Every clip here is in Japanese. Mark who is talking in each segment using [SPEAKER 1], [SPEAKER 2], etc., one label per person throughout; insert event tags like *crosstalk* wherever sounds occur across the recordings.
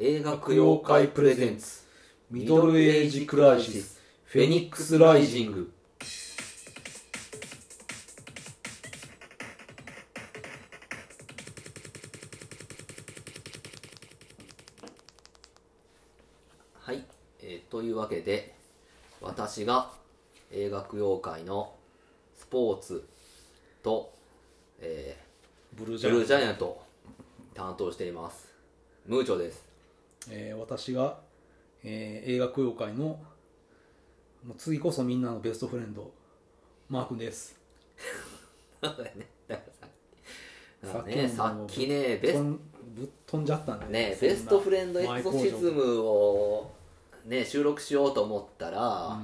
[SPEAKER 1] 映画供養会プレゼンツ
[SPEAKER 2] ミドルエイジクライシス
[SPEAKER 1] フェニックスライジングはい、えーというわけで私が映画供養会のスポーツと、え
[SPEAKER 2] ブルー
[SPEAKER 1] ー
[SPEAKER 2] ジ
[SPEAKER 1] ブ
[SPEAKER 2] ャ
[SPEAKER 1] ルー
[SPEAKER 2] イ
[SPEAKER 1] ジ
[SPEAKER 2] アン
[SPEAKER 1] ャイアントを担当していますムーチョです
[SPEAKER 2] えー私が、えー映画供養会のもう次こそみんなのベストフレンドマー君です
[SPEAKER 1] そうだよね。だからさ、
[SPEAKER 2] さ
[SPEAKER 1] だ
[SPEAKER 2] っ
[SPEAKER 1] か
[SPEAKER 2] き
[SPEAKER 1] らね、
[SPEAKER 2] の
[SPEAKER 1] さっきね、ベ
[SPEAKER 2] 飛
[SPEAKER 1] ス
[SPEAKER 2] んぶっ飛んじゃったんで
[SPEAKER 1] ト、ね、ベストフレンドエクソシズム
[SPEAKER 2] を
[SPEAKER 1] を、ね、収録しようと思ったら、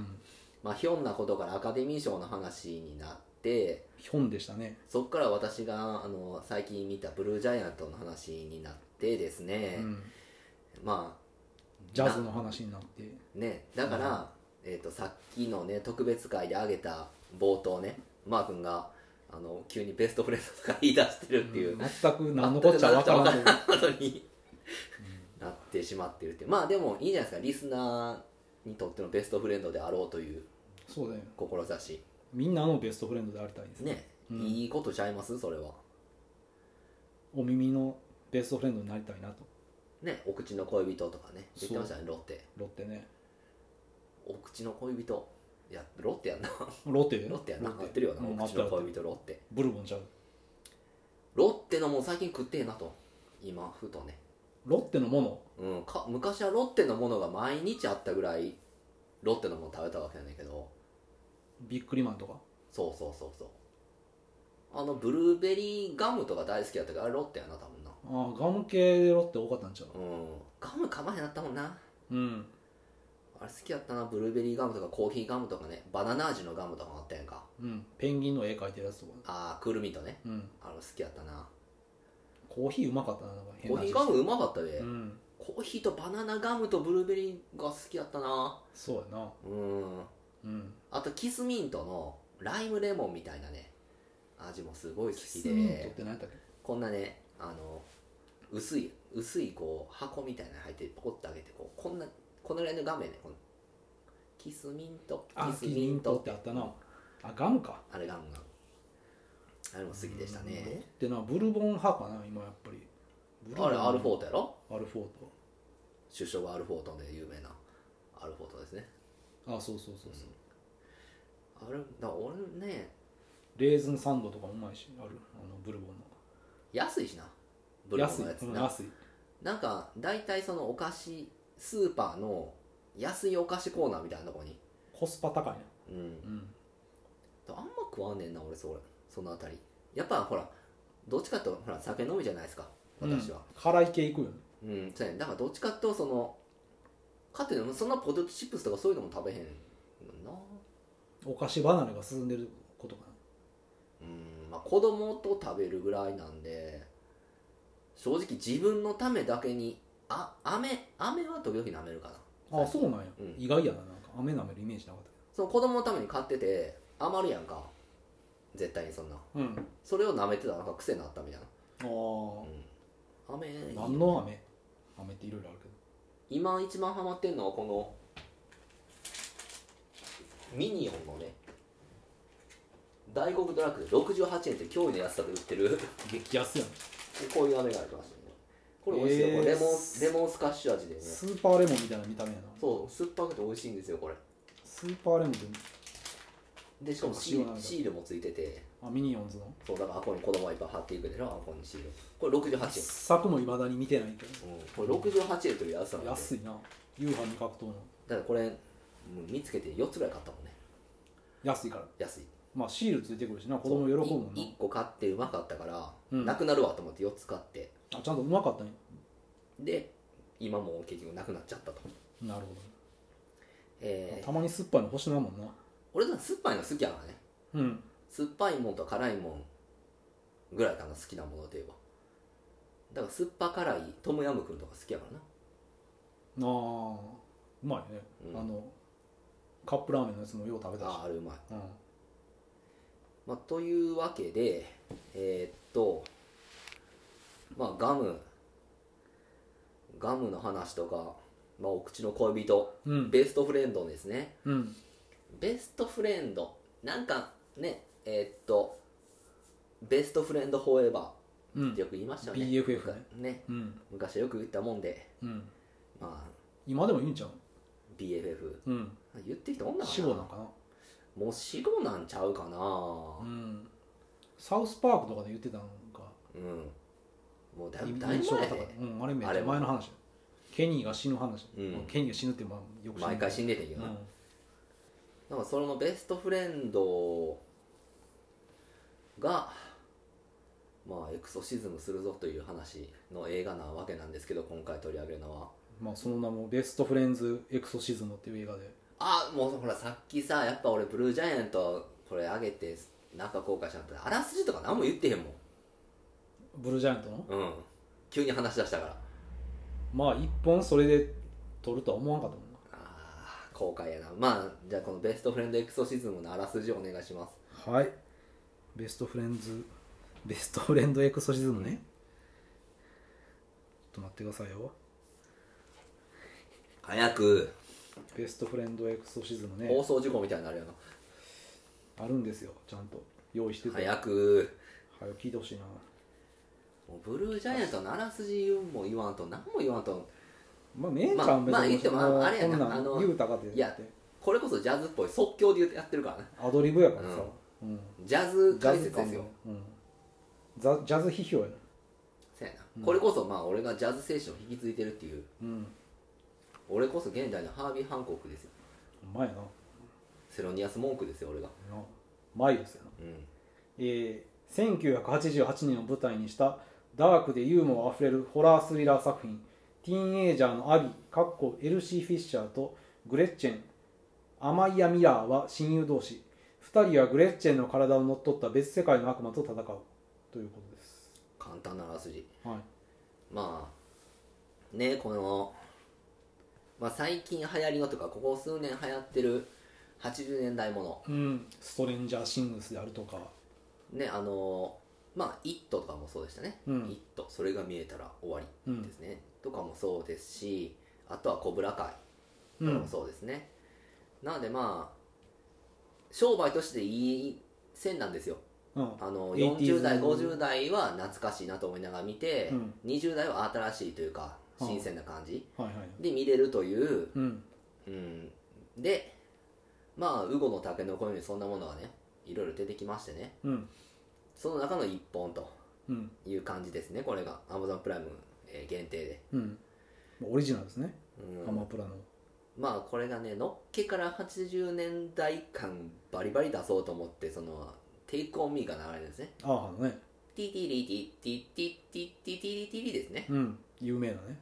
[SPEAKER 1] まあ、ひょんなことからアカデミー賞の話になって、
[SPEAKER 2] ヒョンでしたね
[SPEAKER 1] そこから私が、あの、最近見たブルージャイアントの話になってですね、
[SPEAKER 2] うん
[SPEAKER 1] ま
[SPEAKER 2] ジャズの話になって
[SPEAKER 1] あ、ね、だから、えっ、と、さっきのね、特別会で挙げた冒頭ね、マー君が、あの、急にベストフレンドとか言い出してるっていう、
[SPEAKER 2] ん全く何のこっちゃ
[SPEAKER 1] *laughs*
[SPEAKER 2] 分からんけど
[SPEAKER 1] ことになってしまってるってまあでもいいじゃないですかリスナーにとってのベストフレンドであろうという
[SPEAKER 2] そうだよ
[SPEAKER 1] 志
[SPEAKER 2] みんなのベストフレンドでありたいです
[SPEAKER 1] ね、
[SPEAKER 2] うん
[SPEAKER 1] いいことちゃいますそれは
[SPEAKER 2] お耳のベストフレンドになりたいなと
[SPEAKER 1] ねお口の恋人とかね言ってましたねロッテ
[SPEAKER 2] ロッテね
[SPEAKER 1] お口の恋人いやロッテやんな
[SPEAKER 2] ロッテ
[SPEAKER 1] ロッテやんな
[SPEAKER 2] ロッテ
[SPEAKER 1] 合ってるよな、
[SPEAKER 2] うん
[SPEAKER 1] お口の
[SPEAKER 2] 合って
[SPEAKER 1] 恋人ロッテ
[SPEAKER 2] ブルボンちゃう
[SPEAKER 1] ロッテのもん最近食ってえなと今ふとね
[SPEAKER 2] ロッテのもの
[SPEAKER 1] うん、か昔はロッテのものが毎日あったぐらいロッテのもの食べたわけなんだけど
[SPEAKER 2] ビックリマンとか
[SPEAKER 1] そうそうそうそうあのブルーベリーガムとか大好きやったからあれロッテやな多分な
[SPEAKER 2] ああガム系でロッテ多かったんちゃう
[SPEAKER 1] うんガムかまへんなったもんな
[SPEAKER 2] うん
[SPEAKER 1] あれ好きやったなブルーベリーガムとかコーヒーガムとかねバナナ味のガムとかもあったやんか
[SPEAKER 2] うんペンギンの絵描いてるやつとか
[SPEAKER 1] ああくるみとね
[SPEAKER 2] うん
[SPEAKER 1] あの好きやったな
[SPEAKER 2] コーヒーうまかったななんか変
[SPEAKER 1] コ
[SPEAKER 2] な
[SPEAKER 1] ー
[SPEAKER 2] 味
[SPEAKER 1] ヒー
[SPEAKER 2] して
[SPEAKER 1] ガムうまかったで、
[SPEAKER 2] うん
[SPEAKER 1] コーヒーとバナナガムとブルーベリーが好きやったな
[SPEAKER 2] そうやな
[SPEAKER 1] うん
[SPEAKER 2] うん
[SPEAKER 1] あとキスミントのライムレモンみたいなね味もすごい好
[SPEAKER 2] キ
[SPEAKER 1] き
[SPEAKER 2] スミントっ
[SPEAKER 1] で
[SPEAKER 2] て何やったっけ
[SPEAKER 1] こんなねあの薄い薄いこう箱みたいなの入ってポコッと上げてこうこんなこのぐらいの画面ねこのキスミント
[SPEAKER 2] あ
[SPEAKER 1] キ
[SPEAKER 2] キ
[SPEAKER 1] ス
[SPEAKER 2] ス
[SPEAKER 1] ミ
[SPEAKER 2] ミ
[SPEAKER 1] ン
[SPEAKER 2] ン
[SPEAKER 1] トっ
[SPEAKER 2] トっててあったなあガムか
[SPEAKER 1] あれガムガムあれも好きでした
[SPEAKER 2] うんロッ
[SPEAKER 1] ね
[SPEAKER 2] テなブルボン派かな今やっぱりブルボン
[SPEAKER 1] あれアルフォートやろ
[SPEAKER 2] アルフォー
[SPEAKER 1] 首相がアルフォートで有名なアルフォートですね
[SPEAKER 2] トあそうそうそうそう
[SPEAKER 1] あれだから俺ね
[SPEAKER 2] レーズンサンドとかうまいしあるあのブルボンの
[SPEAKER 1] 安いしなブルボンのやつ
[SPEAKER 2] 安い、うん
[SPEAKER 1] な
[SPEAKER 2] 安い
[SPEAKER 1] なんか大体そのお菓子スーパーの安いお菓子コーナーみたいなとこに
[SPEAKER 2] コスパ高いね
[SPEAKER 1] うん
[SPEAKER 2] うん
[SPEAKER 1] あんま食わんねんな俺それそのあたりやっぱほらどっちかっていうとほら酒飲みじゃないですか私は
[SPEAKER 2] うん辛い系いくよね
[SPEAKER 1] うん、そうやねだからどっちかっていうとそのかというとそんなポテトチップスとかそういうのも食べへんのな
[SPEAKER 2] お菓子離れが進んでることかな
[SPEAKER 1] うんまあ子供と食べるぐらいなんで正直自分のためだけにあ飴飴は時々舐めるかな
[SPEAKER 2] あそうなんや、
[SPEAKER 1] うん
[SPEAKER 2] 意外やななんか雨舐めるイメージなかった
[SPEAKER 1] その子供のために買ってて余るやんか絶対にそんな
[SPEAKER 2] けどうん
[SPEAKER 1] それを舐めてたらなんか癖になったみたいな、
[SPEAKER 2] あ
[SPEAKER 1] うん、飴いい
[SPEAKER 2] あ、
[SPEAKER 1] よ
[SPEAKER 2] 何の雨雨っていろいろあるけど
[SPEAKER 1] 今一番ハマってんのはこのミニオンのね大黒ドラッグで68円って驚異の安さで売ってる
[SPEAKER 2] 激安やん、
[SPEAKER 1] *laughs* こういう飴がありましたねこれ美味しいよ、
[SPEAKER 2] えー
[SPEAKER 1] これレモンレモンスカッシュ味でね
[SPEAKER 2] スーパーレモンみたいな見た目やな
[SPEAKER 1] そう酸っぱくて美味しいんですよこれ
[SPEAKER 2] スーパーレモンって
[SPEAKER 1] でしかもシ
[SPEAKER 2] 塩なん
[SPEAKER 1] ール
[SPEAKER 2] だ
[SPEAKER 1] シールもついてて
[SPEAKER 2] あミニオンズの
[SPEAKER 1] そうだからあこに子供はいっぱい貼っていくでしょあこにシールこれ68円
[SPEAKER 2] 柵もいまだに見てないけ
[SPEAKER 1] うん、これ68円という安さなん
[SPEAKER 2] ど
[SPEAKER 1] で
[SPEAKER 2] 安いな夕飯に格闘の
[SPEAKER 1] だからこれもう見つけて4つぐらい買ったもんね
[SPEAKER 2] 安いから
[SPEAKER 1] 安い
[SPEAKER 2] まあシールついてくるしな子供喜ぶもん
[SPEAKER 1] 1個買ってうまかったから、
[SPEAKER 2] うん
[SPEAKER 1] なくなるわと思って4つ買って
[SPEAKER 2] なあちゃんとうまかったね
[SPEAKER 1] で今もう結局なくなっちゃったと、
[SPEAKER 2] なるほど、
[SPEAKER 1] えー
[SPEAKER 2] たまに酸っぱいの欲しなもんな
[SPEAKER 1] 俺たち酸っぱいの好きやからね
[SPEAKER 2] うん
[SPEAKER 1] 酸っぱいもんと辛いもんぐらいかな好きなものといえばだから酸っぱ辛いトムヤムクンとか好きやからな
[SPEAKER 2] あーうまいね、
[SPEAKER 1] うん
[SPEAKER 2] あのカップラーメンのやつもよう食べたし
[SPEAKER 1] あああれうまい、
[SPEAKER 2] うん
[SPEAKER 1] まあ、というわけでえーっとまあガムガムの話とか、まあ、お口の恋人、
[SPEAKER 2] うん
[SPEAKER 1] ベストフレンドですね
[SPEAKER 2] うん
[SPEAKER 1] ベストフレンドなんかねえーっとベストフレンドフォーエバ
[SPEAKER 2] う
[SPEAKER 1] ーって
[SPEAKER 2] ん
[SPEAKER 1] よく言いましたよね、
[SPEAKER 2] BFF
[SPEAKER 1] なんかね
[SPEAKER 2] うん
[SPEAKER 1] 昔よく言ったもんで
[SPEAKER 2] うん
[SPEAKER 1] まあ
[SPEAKER 2] 今でもいいんちゃう
[SPEAKER 1] BFF
[SPEAKER 2] うん
[SPEAKER 1] 言ってきた女
[SPEAKER 2] 死
[SPEAKER 1] か
[SPEAKER 2] 後
[SPEAKER 1] な
[SPEAKER 2] なのかな
[SPEAKER 1] もう死後なんちゃうかな
[SPEAKER 2] うんサウスパークとかで言ってたのが
[SPEAKER 1] うん、もうだいぶだいぶ前
[SPEAKER 2] か
[SPEAKER 1] で
[SPEAKER 2] ったうんあれめっ
[SPEAKER 1] あ
[SPEAKER 2] ち
[SPEAKER 1] れ
[SPEAKER 2] ゃ
[SPEAKER 1] も
[SPEAKER 2] 前の話だよケニーが死ぬ話、
[SPEAKER 1] うん
[SPEAKER 2] ケニーが死ぬってまあよく
[SPEAKER 1] 毎回死
[SPEAKER 2] ぬ
[SPEAKER 1] んでてんけ
[SPEAKER 2] う
[SPEAKER 1] どな、
[SPEAKER 2] ん
[SPEAKER 1] なんかそのベストフレンドが、まあ、エクソシズムするぞという話の映画なわけなんですけど今回取り上げるのは
[SPEAKER 2] まあその名も「ベストフレンズ・エクソシズム」っていう映画で
[SPEAKER 1] あもうほらさっきさやっぱ俺ブルージャイアントこれ上げてなんか後悔しちゃったあらすじとか何も言ってへんもん
[SPEAKER 2] ブルージャイアントの
[SPEAKER 1] うん急に話し出したから
[SPEAKER 2] まあ一本それで撮るとは思わんかったもんな
[SPEAKER 1] あー後悔やなまあじゃあこのベストフレンドエクソシズムのあらすじをお願いします
[SPEAKER 2] はい。ベストフレンズ、ベストフレンドエクソシズムね。ちょっと待ってくださいよ。
[SPEAKER 1] 早く
[SPEAKER 2] ベストフレンドエクソシズム
[SPEAKER 1] 放
[SPEAKER 2] ね。
[SPEAKER 1] 送事故みたいになるよな
[SPEAKER 2] あるんですよ、ちゃんと。用意してて。
[SPEAKER 1] 早く
[SPEAKER 2] 早く聞いてほしいな。
[SPEAKER 1] もうブルージャイアントのあらすじも言わんと何も言わんと
[SPEAKER 2] まあ、めいちゃん
[SPEAKER 1] まあまあ言ってもあの
[SPEAKER 2] そんな
[SPEAKER 1] あれやな
[SPEAKER 2] こんなん
[SPEAKER 1] あの
[SPEAKER 2] 言うたかって
[SPEAKER 1] いやこれこそジャズっぽい即興でやってるからね
[SPEAKER 2] アドリブやからさ。うん。
[SPEAKER 1] ジャズ
[SPEAKER 2] ジャ
[SPEAKER 1] 解
[SPEAKER 2] ズ
[SPEAKER 1] 説
[SPEAKER 2] 感
[SPEAKER 1] ですよ
[SPEAKER 2] の。うん。ザジャズ批評やな。
[SPEAKER 1] そうやな、これこそまあ俺がジャズ精神を引き継いでるっていう
[SPEAKER 2] うん。
[SPEAKER 1] 俺こそ現代のハービー・ハンコックですよ
[SPEAKER 2] うまいな。な
[SPEAKER 1] セロニアス・モンクですよ俺が
[SPEAKER 2] マイルスやな。
[SPEAKER 1] うん
[SPEAKER 2] えー1988年を舞台にしたダークでユーモアあふれるホラースリラー作品「ティーンエイジャーのアビー」かっこエルシー・フィッシャーとグレッチェンアマイア・ミラーは親友同士2人はグレッチェンの体を乗っ取った別世界の悪魔と戦うということです、
[SPEAKER 1] 簡単なあらすじ
[SPEAKER 2] はい、
[SPEAKER 1] まあねこの、まあ、最近流行りのとかここ数年流行ってる80年代もの
[SPEAKER 2] うんストレンジャー・シングスであるとか
[SPEAKER 1] ねあのまあ「イット!」とかもそうでしたね「
[SPEAKER 2] うん
[SPEAKER 1] イット!」それが見えたら終わりですね、とかもそうですしあとは「コブラ会」とかもそうですね、なのでまあ商売としていい線なんですよ
[SPEAKER 2] うん
[SPEAKER 1] あの
[SPEAKER 2] 80s
[SPEAKER 1] 40代50代は懐かしいなと思いながら見て、
[SPEAKER 2] うん
[SPEAKER 1] 20代は新しいというか
[SPEAKER 2] うん
[SPEAKER 1] 新鮮な感じ
[SPEAKER 2] はいはい
[SPEAKER 1] で見れるという、
[SPEAKER 2] うん
[SPEAKER 1] うん、でまあ「ウゴの竹の子」ようにそんなものがねいろいろ出てきましてね
[SPEAKER 2] うん
[SPEAKER 1] その中の一本と
[SPEAKER 2] うん
[SPEAKER 1] いう感じですねこれが Amazon プライムえー限定で、
[SPEAKER 2] うんオリジナルですね、
[SPEAKER 1] うん
[SPEAKER 2] アマプラの
[SPEAKER 1] まあこれがねのっけから80年代感バリバリ出そうと思ってその「テイクオンミーが流れるんですね
[SPEAKER 2] アーハのね
[SPEAKER 1] 「ティティリティティティティティティリティリ」ですね
[SPEAKER 2] うん有名なね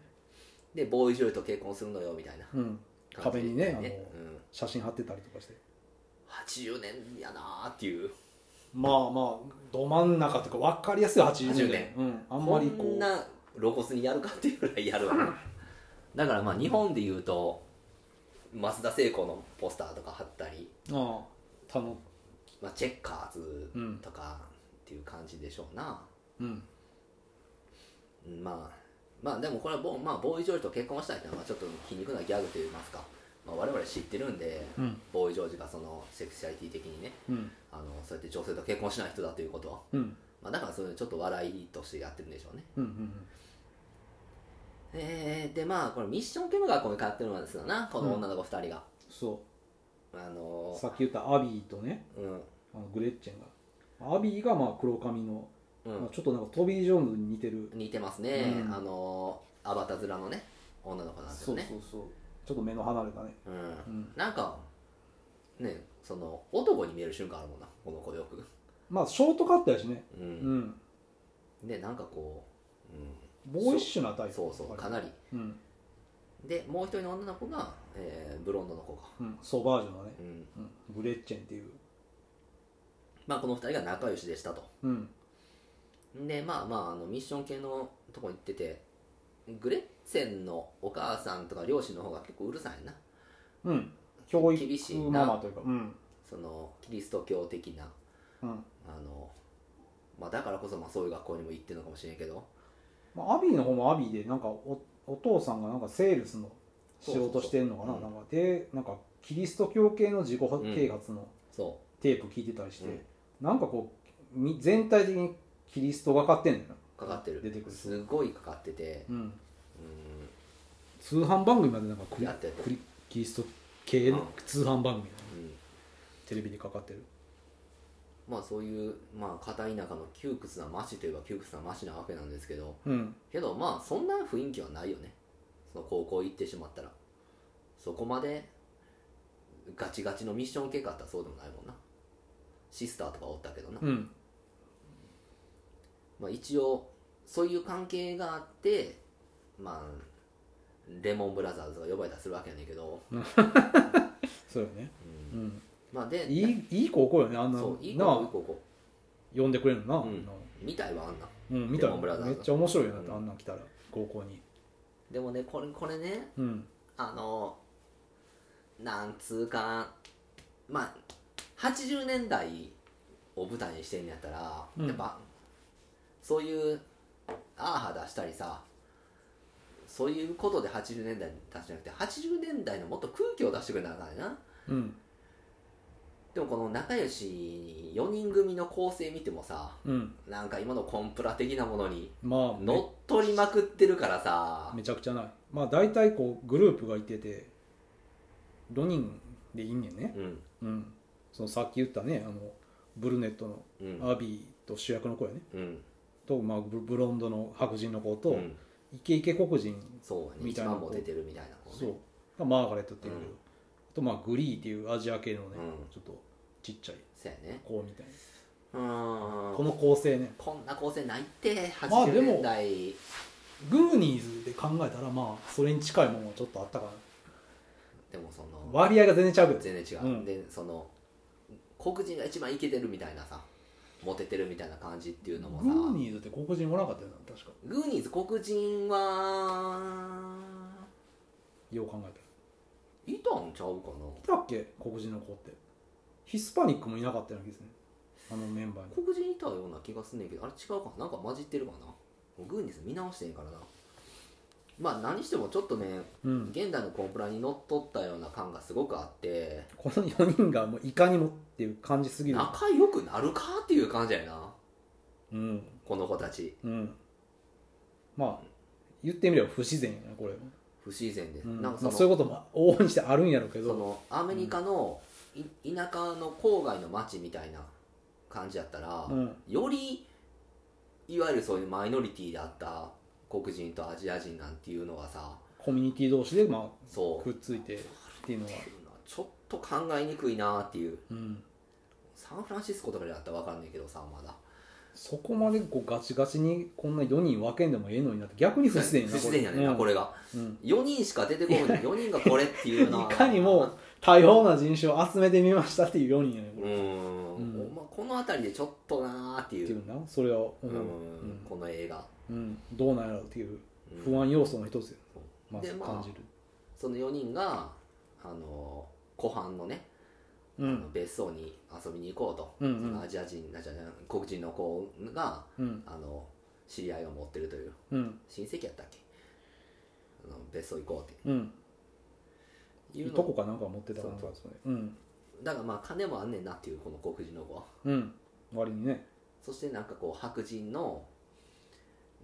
[SPEAKER 1] でボーイジョイと結婚するのよみたいな
[SPEAKER 2] うん
[SPEAKER 1] 感じで
[SPEAKER 2] 壁にねあ
[SPEAKER 1] うん、
[SPEAKER 2] 写真貼ってたりとかして
[SPEAKER 1] 80年やなーっていう
[SPEAKER 2] まあまあど真ん中というか分かりやすい80年
[SPEAKER 1] 80年
[SPEAKER 2] うん、あんまりこ
[SPEAKER 1] こ
[SPEAKER 2] うん
[SPEAKER 1] な露骨にやるかっていうぐらい
[SPEAKER 2] *laughs*
[SPEAKER 1] やるわねだからまあ日本で言うと増田聖子のポスターとか貼ったり
[SPEAKER 2] ああたの
[SPEAKER 1] まあ、チェッカーズ
[SPEAKER 2] うん
[SPEAKER 1] とかっていう感じでしょうな、
[SPEAKER 2] うん
[SPEAKER 1] うんまあまあでもこれはボ,、まあ、ボーイ・ジョージと結婚したいっていうのはまあちょっと皮肉なギャグといいますか、まあ、我々知ってるんで、
[SPEAKER 2] うん
[SPEAKER 1] ボーイ・ジョージがそのセクシュアリティ的にね
[SPEAKER 2] うん
[SPEAKER 1] あのそうやって女性と結婚しない人だということは、
[SPEAKER 2] うん
[SPEAKER 1] まあ、だからそれちょっと笑いとしてやってるんでしょうね
[SPEAKER 2] うんうん
[SPEAKER 1] えー、でまあこれミッション系の学校に通ってるんですよなこの女の子2人が、
[SPEAKER 2] そ
[SPEAKER 1] あ
[SPEAKER 2] う
[SPEAKER 1] の
[SPEAKER 2] さっき言ったアビーとね
[SPEAKER 1] うん
[SPEAKER 2] あのグレッチェンがアビーがまあ黒髪の、
[SPEAKER 1] う
[SPEAKER 2] ま
[SPEAKER 1] ん
[SPEAKER 2] あ、ちょっとなんかトビー・ジョーンズに似てる、
[SPEAKER 1] 似てますね、
[SPEAKER 2] うん
[SPEAKER 1] あのアバタ面のね女の子なんです
[SPEAKER 2] そ
[SPEAKER 1] よ
[SPEAKER 2] う
[SPEAKER 1] ね
[SPEAKER 2] そうそうちょっと目の離れたね
[SPEAKER 1] うん
[SPEAKER 2] うん
[SPEAKER 1] なんかねその男に見える瞬間あるもんなこの子よく、
[SPEAKER 2] まあショートカットやしね
[SPEAKER 1] う
[SPEAKER 2] うんん
[SPEAKER 1] でなんかこう、
[SPEAKER 2] ボーイッシュなタイ
[SPEAKER 1] うん、
[SPEAKER 2] プ
[SPEAKER 1] そうそうかなり
[SPEAKER 2] うん、
[SPEAKER 1] でもう一人の女の子が、えーブロンドの子か、
[SPEAKER 2] うん、ソバージュのね、
[SPEAKER 1] うん
[SPEAKER 2] うん、グレッチェンっていう
[SPEAKER 1] まあ、この二人が仲良しでしたと
[SPEAKER 2] うん
[SPEAKER 1] でまあまああのミッション系のとこ行っててグレッツェンのお母さんとか両親の方が結構うるさいな
[SPEAKER 2] うん教
[SPEAKER 1] 厳し
[SPEAKER 2] 育
[SPEAKER 1] いな
[SPEAKER 2] ママというかうん
[SPEAKER 1] そのキリスト教的な
[SPEAKER 2] うん
[SPEAKER 1] あの、まあ、だからこそまあそういう学校にも行ってるのかもしれんけど
[SPEAKER 2] まあ、アビーの方もアビーでなんかおお父さんがなんかセールスの仕事してんのかな
[SPEAKER 1] そうそう
[SPEAKER 2] なんかでなんかキリスト教系の自己啓発の
[SPEAKER 1] そ
[SPEAKER 2] テープ聞いてたりして、
[SPEAKER 1] うん
[SPEAKER 2] なんかこうみ全体的にキリストがかってんだよな
[SPEAKER 1] うかかってる
[SPEAKER 2] 出てくる
[SPEAKER 1] すごいかかってて
[SPEAKER 2] うん、
[SPEAKER 1] うん
[SPEAKER 2] 通販番組までなんかクリ
[SPEAKER 1] やってた
[SPEAKER 2] クリキリスト系の通販
[SPEAKER 1] う
[SPEAKER 2] 番組、
[SPEAKER 1] ん
[SPEAKER 2] テレビでかかってる
[SPEAKER 1] まあそういうまあ片田舎の窮屈な町といえば窮屈な町なわけなんですけど
[SPEAKER 2] うん
[SPEAKER 1] けどまあそんな雰囲気はないよねその高校行ってしまったらそこまでガチガチのミッション系かったらそうでもないもんなシスターとかおったけどな、
[SPEAKER 2] うん
[SPEAKER 1] まあ、一応そういう関係があってまあレモンブラザーズが呼ばれたりするわけやねんけど、
[SPEAKER 2] そうよね、
[SPEAKER 1] うん
[SPEAKER 2] うん、
[SPEAKER 1] まあで
[SPEAKER 2] いいいい高校よねあんな
[SPEAKER 1] そういい
[SPEAKER 2] な
[SPEAKER 1] 高校いい
[SPEAKER 2] あ
[SPEAKER 1] 高校
[SPEAKER 2] 呼んでくれるのな、
[SPEAKER 1] うん
[SPEAKER 2] あんな
[SPEAKER 1] 見たいわあんな
[SPEAKER 2] うん、見た
[SPEAKER 1] レ
[SPEAKER 2] ら
[SPEAKER 1] モンブラザーズ
[SPEAKER 2] めっちゃ面白いよなって、
[SPEAKER 1] うん
[SPEAKER 2] あんなん来たら高校に
[SPEAKER 1] でもねこれこれね
[SPEAKER 2] うん
[SPEAKER 1] あのなんつうかなまあ80年代を舞台にしてんのやったら、
[SPEAKER 2] うん
[SPEAKER 1] やっぱそういうアーハ出したりさそういうことで80年代に出してなくて80年代のもっと空気を出してくれなあかんねんな
[SPEAKER 2] うん
[SPEAKER 1] でもこの仲良し4人組の構成見てもさ
[SPEAKER 2] うん
[SPEAKER 1] なんか今のコンプラ的なものに
[SPEAKER 2] まあ
[SPEAKER 1] 乗っ取りまくってるからさ
[SPEAKER 2] めちゃくちゃないまあ大体こうグループがいてて4人でいいんねんね、
[SPEAKER 1] うん
[SPEAKER 2] うん、そのさっき言ったねあのブルネットの
[SPEAKER 1] うん
[SPEAKER 2] アビーと主役の子やね
[SPEAKER 1] うん
[SPEAKER 2] と、まあ、ブブロンドの白人の子と、
[SPEAKER 1] うん
[SPEAKER 2] イケイケ黒人
[SPEAKER 1] そうやね
[SPEAKER 2] み
[SPEAKER 1] 一
[SPEAKER 2] たいな
[SPEAKER 1] 番モテてるみたいな子ね
[SPEAKER 2] そうがマーガレットっていう、
[SPEAKER 1] うん
[SPEAKER 2] あとまあグリーっていうアジア系のね、
[SPEAKER 1] うん
[SPEAKER 2] ちょっとちっちゃい
[SPEAKER 1] そうやね
[SPEAKER 2] 子みたいうな
[SPEAKER 1] ーん
[SPEAKER 2] この構成ね
[SPEAKER 1] こんな構成ないって
[SPEAKER 2] まあで
[SPEAKER 1] 80
[SPEAKER 2] も
[SPEAKER 1] 年代、
[SPEAKER 2] グーニーズで考えたらまあそれに近いものはちょっとあったかな
[SPEAKER 1] でもその
[SPEAKER 2] 割合が全然違うけど
[SPEAKER 1] 全然違う、
[SPEAKER 2] うん
[SPEAKER 1] でその黒人が一番イケてるみたいなさモテてるみたいな感じっていうのも
[SPEAKER 2] グー
[SPEAKER 1] さ
[SPEAKER 2] ニーズって黒人おらなかったよな確か
[SPEAKER 1] グーニーズ黒人は
[SPEAKER 2] よう考えたら
[SPEAKER 1] いたんちゃうか
[SPEAKER 2] いたっけ黒人の子ってヒスパニックもいなかったような気ですねあのメンバーに
[SPEAKER 1] な黒人いたような気がすんねんけどあれ違うかななんか混じってるかなもうグーニーズ見直してんからなまあ何してもちょっとね
[SPEAKER 2] うん
[SPEAKER 1] 現代のコンプラにのっとったような感がすごくあって
[SPEAKER 2] この4人がもういかにもっていう感じすぎる
[SPEAKER 1] 仲良くなるかっていう感じやな
[SPEAKER 2] うん
[SPEAKER 1] この子たち
[SPEAKER 2] うんまあ言ってみれば不自然やなこれ、
[SPEAKER 1] 不自然で、
[SPEAKER 2] うん
[SPEAKER 1] なんかそ
[SPEAKER 2] ま
[SPEAKER 1] の,、
[SPEAKER 2] あ、そういうことも往々にしてあるんやろうけ
[SPEAKER 1] そ
[SPEAKER 2] ど
[SPEAKER 1] のアメリカの、い田舎の郊外の町みたいな感じやったら、
[SPEAKER 2] うん
[SPEAKER 1] よりいわゆるそういうマイノリティであった黒人とアジア人なんていうのがさ
[SPEAKER 2] コミュニティ同士でまあ
[SPEAKER 1] そう
[SPEAKER 2] くっついてっていうのは
[SPEAKER 1] ちょっと考えにくいなっていう
[SPEAKER 2] うん
[SPEAKER 1] サンフランシスコとかでだったら分かんないけどさまだ
[SPEAKER 2] そこまでこうガチガチにこんな4人分けんでもええのになって逆に不自然やな
[SPEAKER 1] *laughs* 不自然やねんな、これが
[SPEAKER 2] うんうん
[SPEAKER 1] 4人しか出てこない4人がこれっていうのは
[SPEAKER 2] *laughs* いかにも多様な人種を集めてみましたっていう4人やねこ
[SPEAKER 1] う
[SPEAKER 2] れ、
[SPEAKER 1] ん、
[SPEAKER 2] うん
[SPEAKER 1] まあ、この辺りでちょっとなーってい
[SPEAKER 2] っていううなそれは思う、
[SPEAKER 1] うん
[SPEAKER 2] うん
[SPEAKER 1] この映画、
[SPEAKER 2] うんどうなんやろうっていう
[SPEAKER 1] うん
[SPEAKER 2] 不安要素の一つよ、ま
[SPEAKER 1] で
[SPEAKER 2] ず
[SPEAKER 1] まあ
[SPEAKER 2] 感じる、
[SPEAKER 1] その4人があの湖畔のね、
[SPEAKER 2] う
[SPEAKER 1] あ
[SPEAKER 2] ん
[SPEAKER 1] の別荘に遊びに行こうと、
[SPEAKER 2] うんう
[SPEAKER 1] そ
[SPEAKER 2] ん
[SPEAKER 1] のアジア人あじゃない黒人の子が
[SPEAKER 2] うん
[SPEAKER 1] あの知り合いを持ってるという
[SPEAKER 2] うん
[SPEAKER 1] 親戚やったっけあの別荘行こうっ
[SPEAKER 2] うん
[SPEAKER 1] て
[SPEAKER 2] い
[SPEAKER 1] い
[SPEAKER 2] いうと
[SPEAKER 1] の
[SPEAKER 2] こかなんか持ってたかなんか
[SPEAKER 1] そう
[SPEAKER 2] ですねうん
[SPEAKER 1] だからまあ金もあんねんなっていうこの黒人の子は
[SPEAKER 2] うん割にね
[SPEAKER 1] そしてなんかこう白人の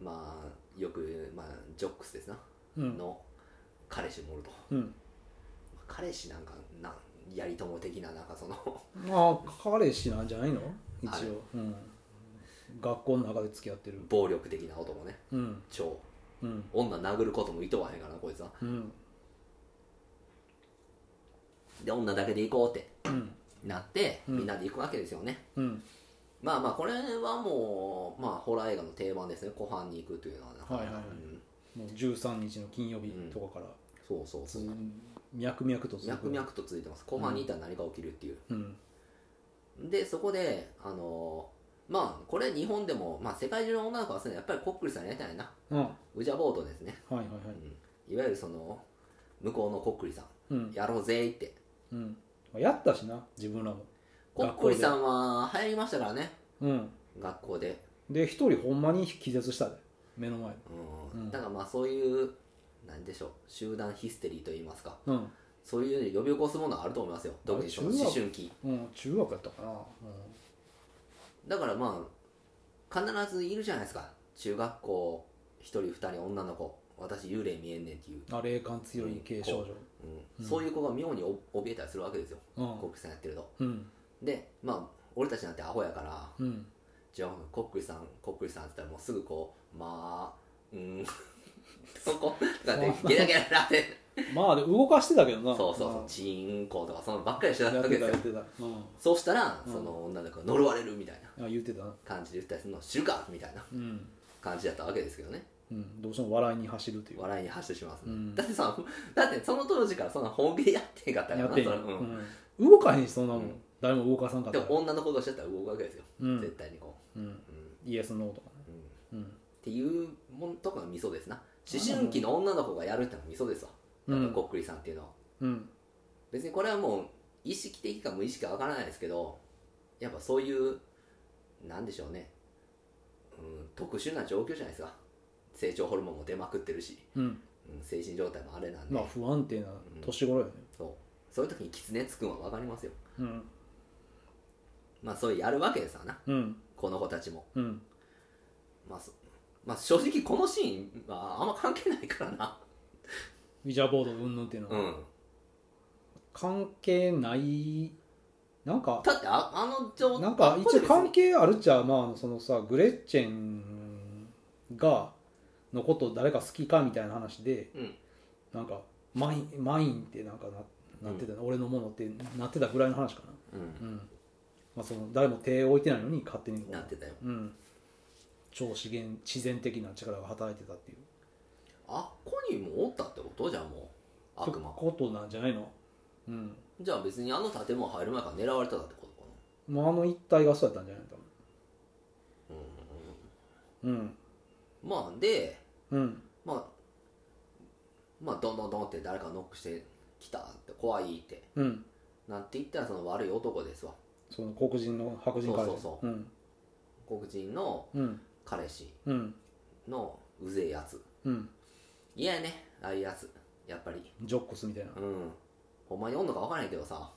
[SPEAKER 1] まあよく、まあ、ジョックスですな、
[SPEAKER 2] うん
[SPEAKER 1] の彼氏もおると
[SPEAKER 2] うん
[SPEAKER 1] 彼氏なんかなんやり友的ななんかその *laughs*
[SPEAKER 2] まあ彼氏なんじゃないの一
[SPEAKER 1] はい
[SPEAKER 2] 応、うん、学校の中で付き合ってる
[SPEAKER 1] 暴力的な男ね
[SPEAKER 2] うん
[SPEAKER 1] 超
[SPEAKER 2] うん
[SPEAKER 1] 女殴ることもいとわへんからなこいつは
[SPEAKER 2] うん
[SPEAKER 1] で女だけで行こうって
[SPEAKER 2] うん
[SPEAKER 1] なって、
[SPEAKER 2] うん
[SPEAKER 1] みんなで行くわけですよね
[SPEAKER 2] うん
[SPEAKER 1] まあまあこれはもう、まあ、ホラー映画の定番ですね湖畔に行くというのはなかなか
[SPEAKER 2] はいはいはい
[SPEAKER 1] うん
[SPEAKER 2] もう13日の金曜日とかから、
[SPEAKER 1] そうそう
[SPEAKER 2] ず
[SPEAKER 1] そ
[SPEAKER 2] ん
[SPEAKER 1] う、
[SPEAKER 2] 脈々と
[SPEAKER 1] 脈々とついてます湖畔にいたら何が起きるっていう、
[SPEAKER 2] うん
[SPEAKER 1] でそこであのーまあこれ日本でも、まあ、世界中の女の子はそういうのやっぱりコックリさんやりたいな
[SPEAKER 2] うんはい
[SPEAKER 1] ウジャボートですね、
[SPEAKER 2] はいはい
[SPEAKER 1] うん、いわゆるその向こうのコックリさん
[SPEAKER 2] うん、
[SPEAKER 1] やろうぜって
[SPEAKER 2] うんまあ、やったしな自分らも
[SPEAKER 1] コックリさんは流行りましたからね
[SPEAKER 2] うん
[SPEAKER 1] 学校で、
[SPEAKER 2] で一人ほんまに気絶したで目の前で
[SPEAKER 1] うん
[SPEAKER 2] うん
[SPEAKER 1] だからまあそういう何でしょう集団ヒステリーと言いますか
[SPEAKER 2] うん、
[SPEAKER 1] そういうのを呼び起こすものはあると思いますよ特にその思春期
[SPEAKER 2] うん、中学やったかな、
[SPEAKER 1] だからまあ必ずいるじゃないですか中学校1人2人女の子私幽霊見えんねんっていう、
[SPEAKER 2] うん、あ霊感強い系少
[SPEAKER 1] うん
[SPEAKER 2] うん
[SPEAKER 1] そういう子が妙にお怯えたりするわけですよ
[SPEAKER 2] 女
[SPEAKER 1] コックリさんやってると
[SPEAKER 2] うんうん
[SPEAKER 1] でまあ俺たちなんてアホやから
[SPEAKER 2] うん
[SPEAKER 1] じゃあコックリさんコックリさんって言ったらもうすぐこうまあうん
[SPEAKER 2] *laughs*
[SPEAKER 1] そこだってゲラゲラゲラって
[SPEAKER 2] まあで動かしてたけどな
[SPEAKER 1] そうそうそうチーンコとかそのばっかりしてた
[SPEAKER 2] や
[SPEAKER 1] わ
[SPEAKER 2] っ
[SPEAKER 1] け
[SPEAKER 2] て
[SPEAKER 1] で
[SPEAKER 2] た
[SPEAKER 1] す
[SPEAKER 2] や
[SPEAKER 1] よ
[SPEAKER 2] ってた、うん、
[SPEAKER 1] そうしたら、
[SPEAKER 2] うん
[SPEAKER 1] その女の子が呪われるみたいな
[SPEAKER 2] あ言ってたな
[SPEAKER 1] 感じで言ったりするのを知るかみたいな
[SPEAKER 2] うん、
[SPEAKER 1] 感じだったわけですけどね
[SPEAKER 2] うん、どうしても笑いに走るという
[SPEAKER 1] 笑いに走ってしまいます、
[SPEAKER 2] うん
[SPEAKER 1] だってさ *laughs* だってその当時からそんな本気でやってへんかったから
[SPEAKER 2] や
[SPEAKER 1] な
[SPEAKER 2] ってん
[SPEAKER 1] そ
[SPEAKER 2] や
[SPEAKER 1] れうん
[SPEAKER 2] うん、動かへんしそんなもん、
[SPEAKER 1] うん
[SPEAKER 2] 誰も動かさんかっ
[SPEAKER 1] で
[SPEAKER 2] た
[SPEAKER 1] も女の子としてだったら動くわけですよ、
[SPEAKER 2] うん
[SPEAKER 1] 絶対にこ
[SPEAKER 2] う
[SPEAKER 1] う、
[SPEAKER 2] ん、
[SPEAKER 1] うん
[SPEAKER 2] イエスノーとかね、
[SPEAKER 1] うんっ
[SPEAKER 2] うん
[SPEAKER 1] ていうもんとかがミソですな思春期の女の子がやるってのがミソですわ
[SPEAKER 2] う
[SPEAKER 1] だ
[SPEAKER 2] ん
[SPEAKER 1] からこっくりさんっていうのは
[SPEAKER 2] うん、
[SPEAKER 1] 別にこれはもう意識的か無意識かわからないですけどやっぱそういうなんでしょうね、うん、特殊な状況じゃないですか成長ホルモンも出まくってるし、
[SPEAKER 2] うん、
[SPEAKER 1] うん、精神状態もあれなんで、
[SPEAKER 2] まあ不安定な年頃よね、
[SPEAKER 1] そうそういう時に狐つくんは分かりますよ
[SPEAKER 2] うん、
[SPEAKER 1] まあそういうやるわけですわな
[SPEAKER 2] うん、
[SPEAKER 1] この子たちも
[SPEAKER 2] うん、
[SPEAKER 1] まあそまあ正直このシーンはあんま関係ないからな
[SPEAKER 2] ウィジャーボードうんぬんっていうのは、
[SPEAKER 1] うん
[SPEAKER 2] 関係ないなんか
[SPEAKER 1] だってああの状
[SPEAKER 2] なんか一応関
[SPEAKER 1] 係
[SPEAKER 2] 係あるっちゃまあそのさグレッチェンがのこと誰か好きかみたいな話で
[SPEAKER 1] うん
[SPEAKER 2] なんかマインマインってなんかななってたの、俺のものってなってたぐらいの話か
[SPEAKER 1] うん
[SPEAKER 2] な、うんまあ、その誰も手を置いてないのに勝手に
[SPEAKER 1] なってたよ
[SPEAKER 2] うん、超資源自然的な力が働いてたっていう
[SPEAKER 1] あっこにもおったってことじゃあもう悪魔
[SPEAKER 2] ことなんじゃないのうん
[SPEAKER 1] じゃあ別にあの建物入る前から狙われてたってことか
[SPEAKER 2] もうあの一帯がそうやったんじゃないの
[SPEAKER 1] な
[SPEAKER 2] うん
[SPEAKER 1] うんまあで
[SPEAKER 2] うん
[SPEAKER 1] まあまあどんどんどんって誰かノックしてきたって怖いって
[SPEAKER 2] うん
[SPEAKER 1] なって言ったらその悪い男ですわ
[SPEAKER 2] その黒人の白人から
[SPEAKER 1] そうそう
[SPEAKER 2] うん
[SPEAKER 1] 黒人の
[SPEAKER 2] うん
[SPEAKER 1] 彼氏
[SPEAKER 2] うん
[SPEAKER 1] のうぜえやつ
[SPEAKER 2] うん
[SPEAKER 1] 嫌やねああいうやつやっぱり
[SPEAKER 2] ジョッコスみたいな、
[SPEAKER 1] うんほんまにおんのか分からへんけどさ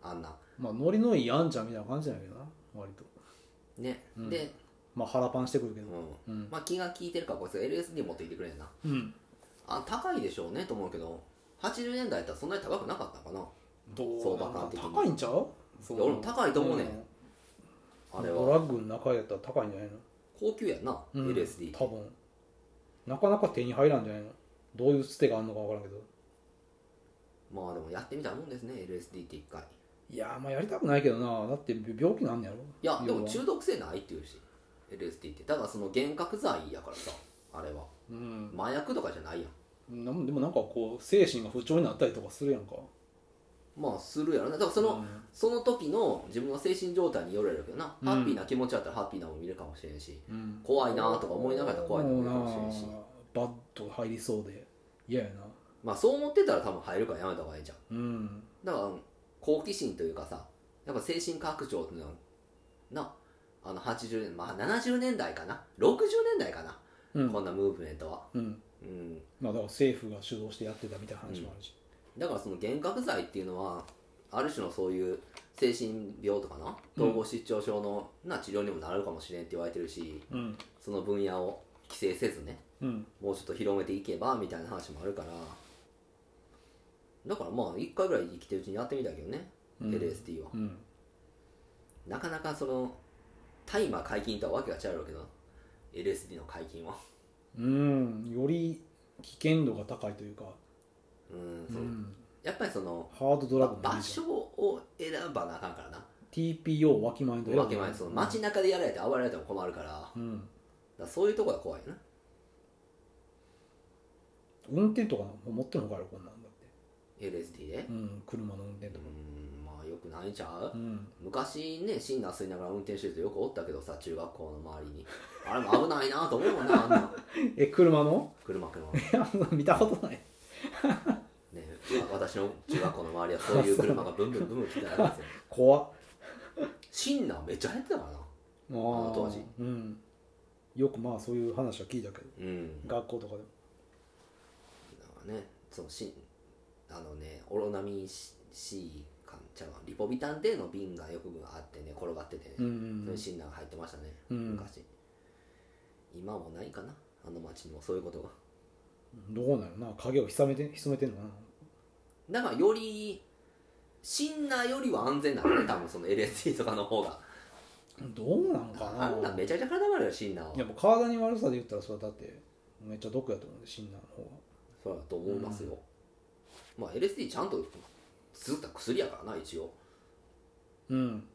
[SPEAKER 1] あんな
[SPEAKER 2] まあノリのいいあんちゃんみたいな感じだけどな割と
[SPEAKER 1] ね、
[SPEAKER 2] うん
[SPEAKER 1] で、
[SPEAKER 2] まあ腹パンしてくるけ
[SPEAKER 1] う
[SPEAKER 2] ど
[SPEAKER 1] ん、
[SPEAKER 2] うん
[SPEAKER 1] まあ気が利いてるからこいつ LSD 持ってきてくれんな
[SPEAKER 2] うん
[SPEAKER 1] あ高いでしょうねと思うけど80年代やったらそんなに高くなかったのかな
[SPEAKER 2] ど
[SPEAKER 1] 相
[SPEAKER 2] う
[SPEAKER 1] 場
[SPEAKER 2] なん
[SPEAKER 1] 感
[SPEAKER 2] か
[SPEAKER 1] 的に
[SPEAKER 2] 高いんちゃう
[SPEAKER 1] いや俺も高いと思うねん
[SPEAKER 2] うん
[SPEAKER 1] あれ
[SPEAKER 2] ド
[SPEAKER 1] は
[SPEAKER 2] ラッグの中やったら高いんじゃないの、
[SPEAKER 1] 高級やんな、
[SPEAKER 2] うん
[SPEAKER 1] LSD
[SPEAKER 2] 多分なかなか手に入らんじゃないのどういうつてがあるのか分からんけど
[SPEAKER 1] まあでもやってみたいもんですね LSD って一回
[SPEAKER 2] いやーまあやりたくないけどなだって病気なんねやろ
[SPEAKER 1] いやでも
[SPEAKER 2] 要は
[SPEAKER 1] 中毒性ないっていうし LSD ってだからその幻覚剤やからさあれは
[SPEAKER 2] うん
[SPEAKER 1] 麻薬とかじゃないやん
[SPEAKER 2] なんでもなんかこう精神が不調になったりとかするやんか
[SPEAKER 1] まあするやろなだからその、
[SPEAKER 2] うん
[SPEAKER 1] その時の自分の精神状態によるやろうけどな、
[SPEAKER 2] うん
[SPEAKER 1] ハッピーな気持ちだったらハッピーなもん見るかもしれんし
[SPEAKER 2] うん
[SPEAKER 1] 怖いなとか思いながら怖いのもいるかもしれんし
[SPEAKER 2] もうなバッと入りそうで嫌やな
[SPEAKER 1] まあそう思ってたら多分入るからやめた方がいいじゃん
[SPEAKER 2] うん
[SPEAKER 1] だから好奇心というかさやっぱ精神拡張っていうのはなあの80年まあ70年代かな60年代かな、
[SPEAKER 2] うん
[SPEAKER 1] こんなムーブメントは、
[SPEAKER 2] うん
[SPEAKER 1] うん、
[SPEAKER 2] まあだから政府が主導してやってたみたいな話もあるし、
[SPEAKER 1] だからその幻覚剤っていうのはある種のそういう精神病とかな統合失調症の、な治療にもなるかもしれんって言われてるし
[SPEAKER 2] うん
[SPEAKER 1] その分野を規制せずね
[SPEAKER 2] うん
[SPEAKER 1] もうちょっと広めていけばみたいな話もあるからだからまあ一回ぐらい生きてるうちにやってみたいけどね、
[SPEAKER 2] うん
[SPEAKER 1] LSD は
[SPEAKER 2] うん
[SPEAKER 1] なかなかその大麻解禁とはわけが違うやろうけど LSD の解禁は
[SPEAKER 2] うんより危険度が高いというか、
[SPEAKER 1] うん
[SPEAKER 2] う
[SPEAKER 1] その
[SPEAKER 2] ん、
[SPEAKER 1] やっぱりその
[SPEAKER 2] ハードドラッグもい
[SPEAKER 1] 場
[SPEAKER 2] いじ
[SPEAKER 1] 所を選ばなあかんからな
[SPEAKER 2] TPO わきまえんと
[SPEAKER 1] わけ前にその街中でやられて暴れられても困るからだか
[SPEAKER 2] うん
[SPEAKER 1] らそういうとこが怖いよな
[SPEAKER 2] 運転とかも持ってんのかよこんなんだって
[SPEAKER 1] LSD で
[SPEAKER 2] うん車の運転
[SPEAKER 1] う
[SPEAKER 2] とか
[SPEAKER 1] んまあよくないんちゃう
[SPEAKER 2] うん
[SPEAKER 1] 昔ねシンナー吸いながら運転してる人よくおったけどさ中学校の周りにあれも危ないなと思うもんなあんな
[SPEAKER 2] え車の *laughs*
[SPEAKER 1] 車車ね
[SPEAKER 2] あんな見たことない
[SPEAKER 1] わ私の中学校の周りはそういう車がブンブンブンブン来てたんですよ
[SPEAKER 2] 怖っ
[SPEAKER 1] シンナーめっちゃ減ってたからな
[SPEAKER 2] あ
[SPEAKER 1] の当時
[SPEAKER 2] うんよくまあそういう話は聞いたけど
[SPEAKER 1] うん
[SPEAKER 2] 学校とかでも
[SPEAKER 1] ねそのしあのねオロナミン C- C かんちゃうわリポビタン D の瓶がよくあってね転がっててね、
[SPEAKER 2] うん
[SPEAKER 1] そういうシンナーが入ってましたね、
[SPEAKER 2] うん
[SPEAKER 1] 昔今もないかなあの町にもそういうことが
[SPEAKER 2] どうなるな影を潜めて潜めてんのかな
[SPEAKER 1] だからよりシンナーよりは安全な
[SPEAKER 2] *laughs*
[SPEAKER 1] のね多分その LSD とかの方が
[SPEAKER 2] どうなんかな
[SPEAKER 1] あんなんめちゃくちゃ絡まるよシンナーはい
[SPEAKER 2] やもう体に悪さで言ったらそれはだってめっちゃ毒やと思うんでシンナーの方が
[SPEAKER 1] そうだと思いますよ、まあ LSD ちゃんと作った薬やからな一応
[SPEAKER 2] うん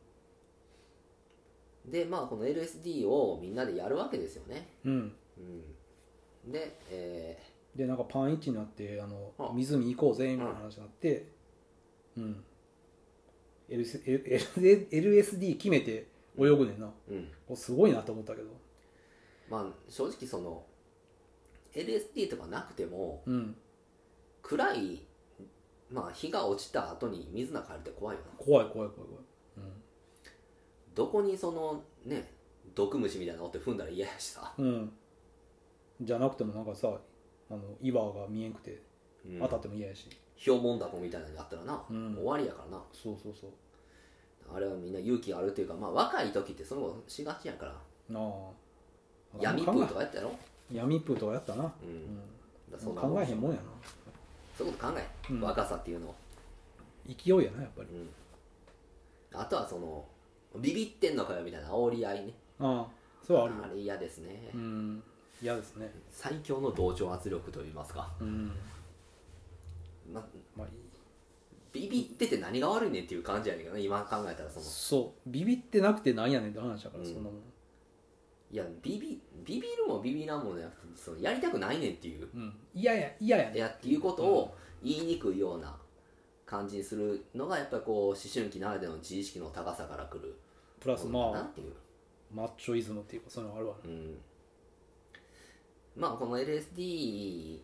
[SPEAKER 1] でまあこの LSD をみんなでやるわけですよね
[SPEAKER 2] うん
[SPEAKER 1] うんで、え
[SPEAKER 2] でなんかパンイチになってあ
[SPEAKER 1] あ
[SPEAKER 2] の湖行こうぜみたいな話になってうん LS L- LSD 決めて泳ぐねんな
[SPEAKER 1] ーうん
[SPEAKER 2] おすごいなと思ったけど
[SPEAKER 1] まあ正直その LSD とかなくても
[SPEAKER 2] うん
[SPEAKER 1] 暗いまあ日が落ちた後に水の中入るって怖いよな
[SPEAKER 2] 怖い怖い怖い怖い
[SPEAKER 1] どこにそのね毒虫みたいなのおって踏んだら嫌やしさ、
[SPEAKER 2] うん、うん、じゃなくてもなんかさあの岩が見えんくて
[SPEAKER 1] うん
[SPEAKER 2] 当たっても嫌やし、
[SPEAKER 1] 標本箱みたいなのにあったらな、
[SPEAKER 2] うん
[SPEAKER 1] もう終わりやからな
[SPEAKER 2] そうそうそう
[SPEAKER 1] あれはみんな勇気あるというかまあ若い時ってそのことしがちやから
[SPEAKER 2] なあ
[SPEAKER 1] 闇プ
[SPEAKER 2] 考
[SPEAKER 1] ー
[SPEAKER 2] え
[SPEAKER 1] とかやったやろ、
[SPEAKER 2] 闇プーとかやったな、
[SPEAKER 1] う、
[SPEAKER 2] うんん、
[SPEAKER 1] だからそんなもん
[SPEAKER 2] 考えへんもんやな
[SPEAKER 1] そういうこと考え、
[SPEAKER 2] うん
[SPEAKER 1] 若さっていうのを、
[SPEAKER 2] 勢いやなやっぱり
[SPEAKER 1] うん、あとはそのビビってんのかよみたいな煽り合いね
[SPEAKER 2] ああそれはあるよ
[SPEAKER 1] あれ嫌ですね、
[SPEAKER 2] うん嫌ですね
[SPEAKER 1] 最強の同調圧力といいますか、
[SPEAKER 2] うん
[SPEAKER 1] まあ、
[SPEAKER 2] まあい
[SPEAKER 1] ビ
[SPEAKER 2] い
[SPEAKER 1] ビってて何が悪いねんっていう感じやねんけどね今考えたらその
[SPEAKER 2] そうビビってなくてなんやねんって話だから、
[SPEAKER 1] うん
[SPEAKER 2] そんなもん
[SPEAKER 1] いやビビビビるもビビらんもじゃなくてそのやりたくないねんっていう
[SPEAKER 2] うん嫌や嫌や
[SPEAKER 1] い
[SPEAKER 2] ね
[SPEAKER 1] やっていうことを言いにくいような感じにするのがやっぱりこう思春期ならではの自意識の高さからくる
[SPEAKER 2] プラス
[SPEAKER 1] ものかな
[SPEAKER 2] まあ
[SPEAKER 1] っていう、
[SPEAKER 2] マッチョイズムっていうかそういうのあるわね
[SPEAKER 1] うん、まあこの LSD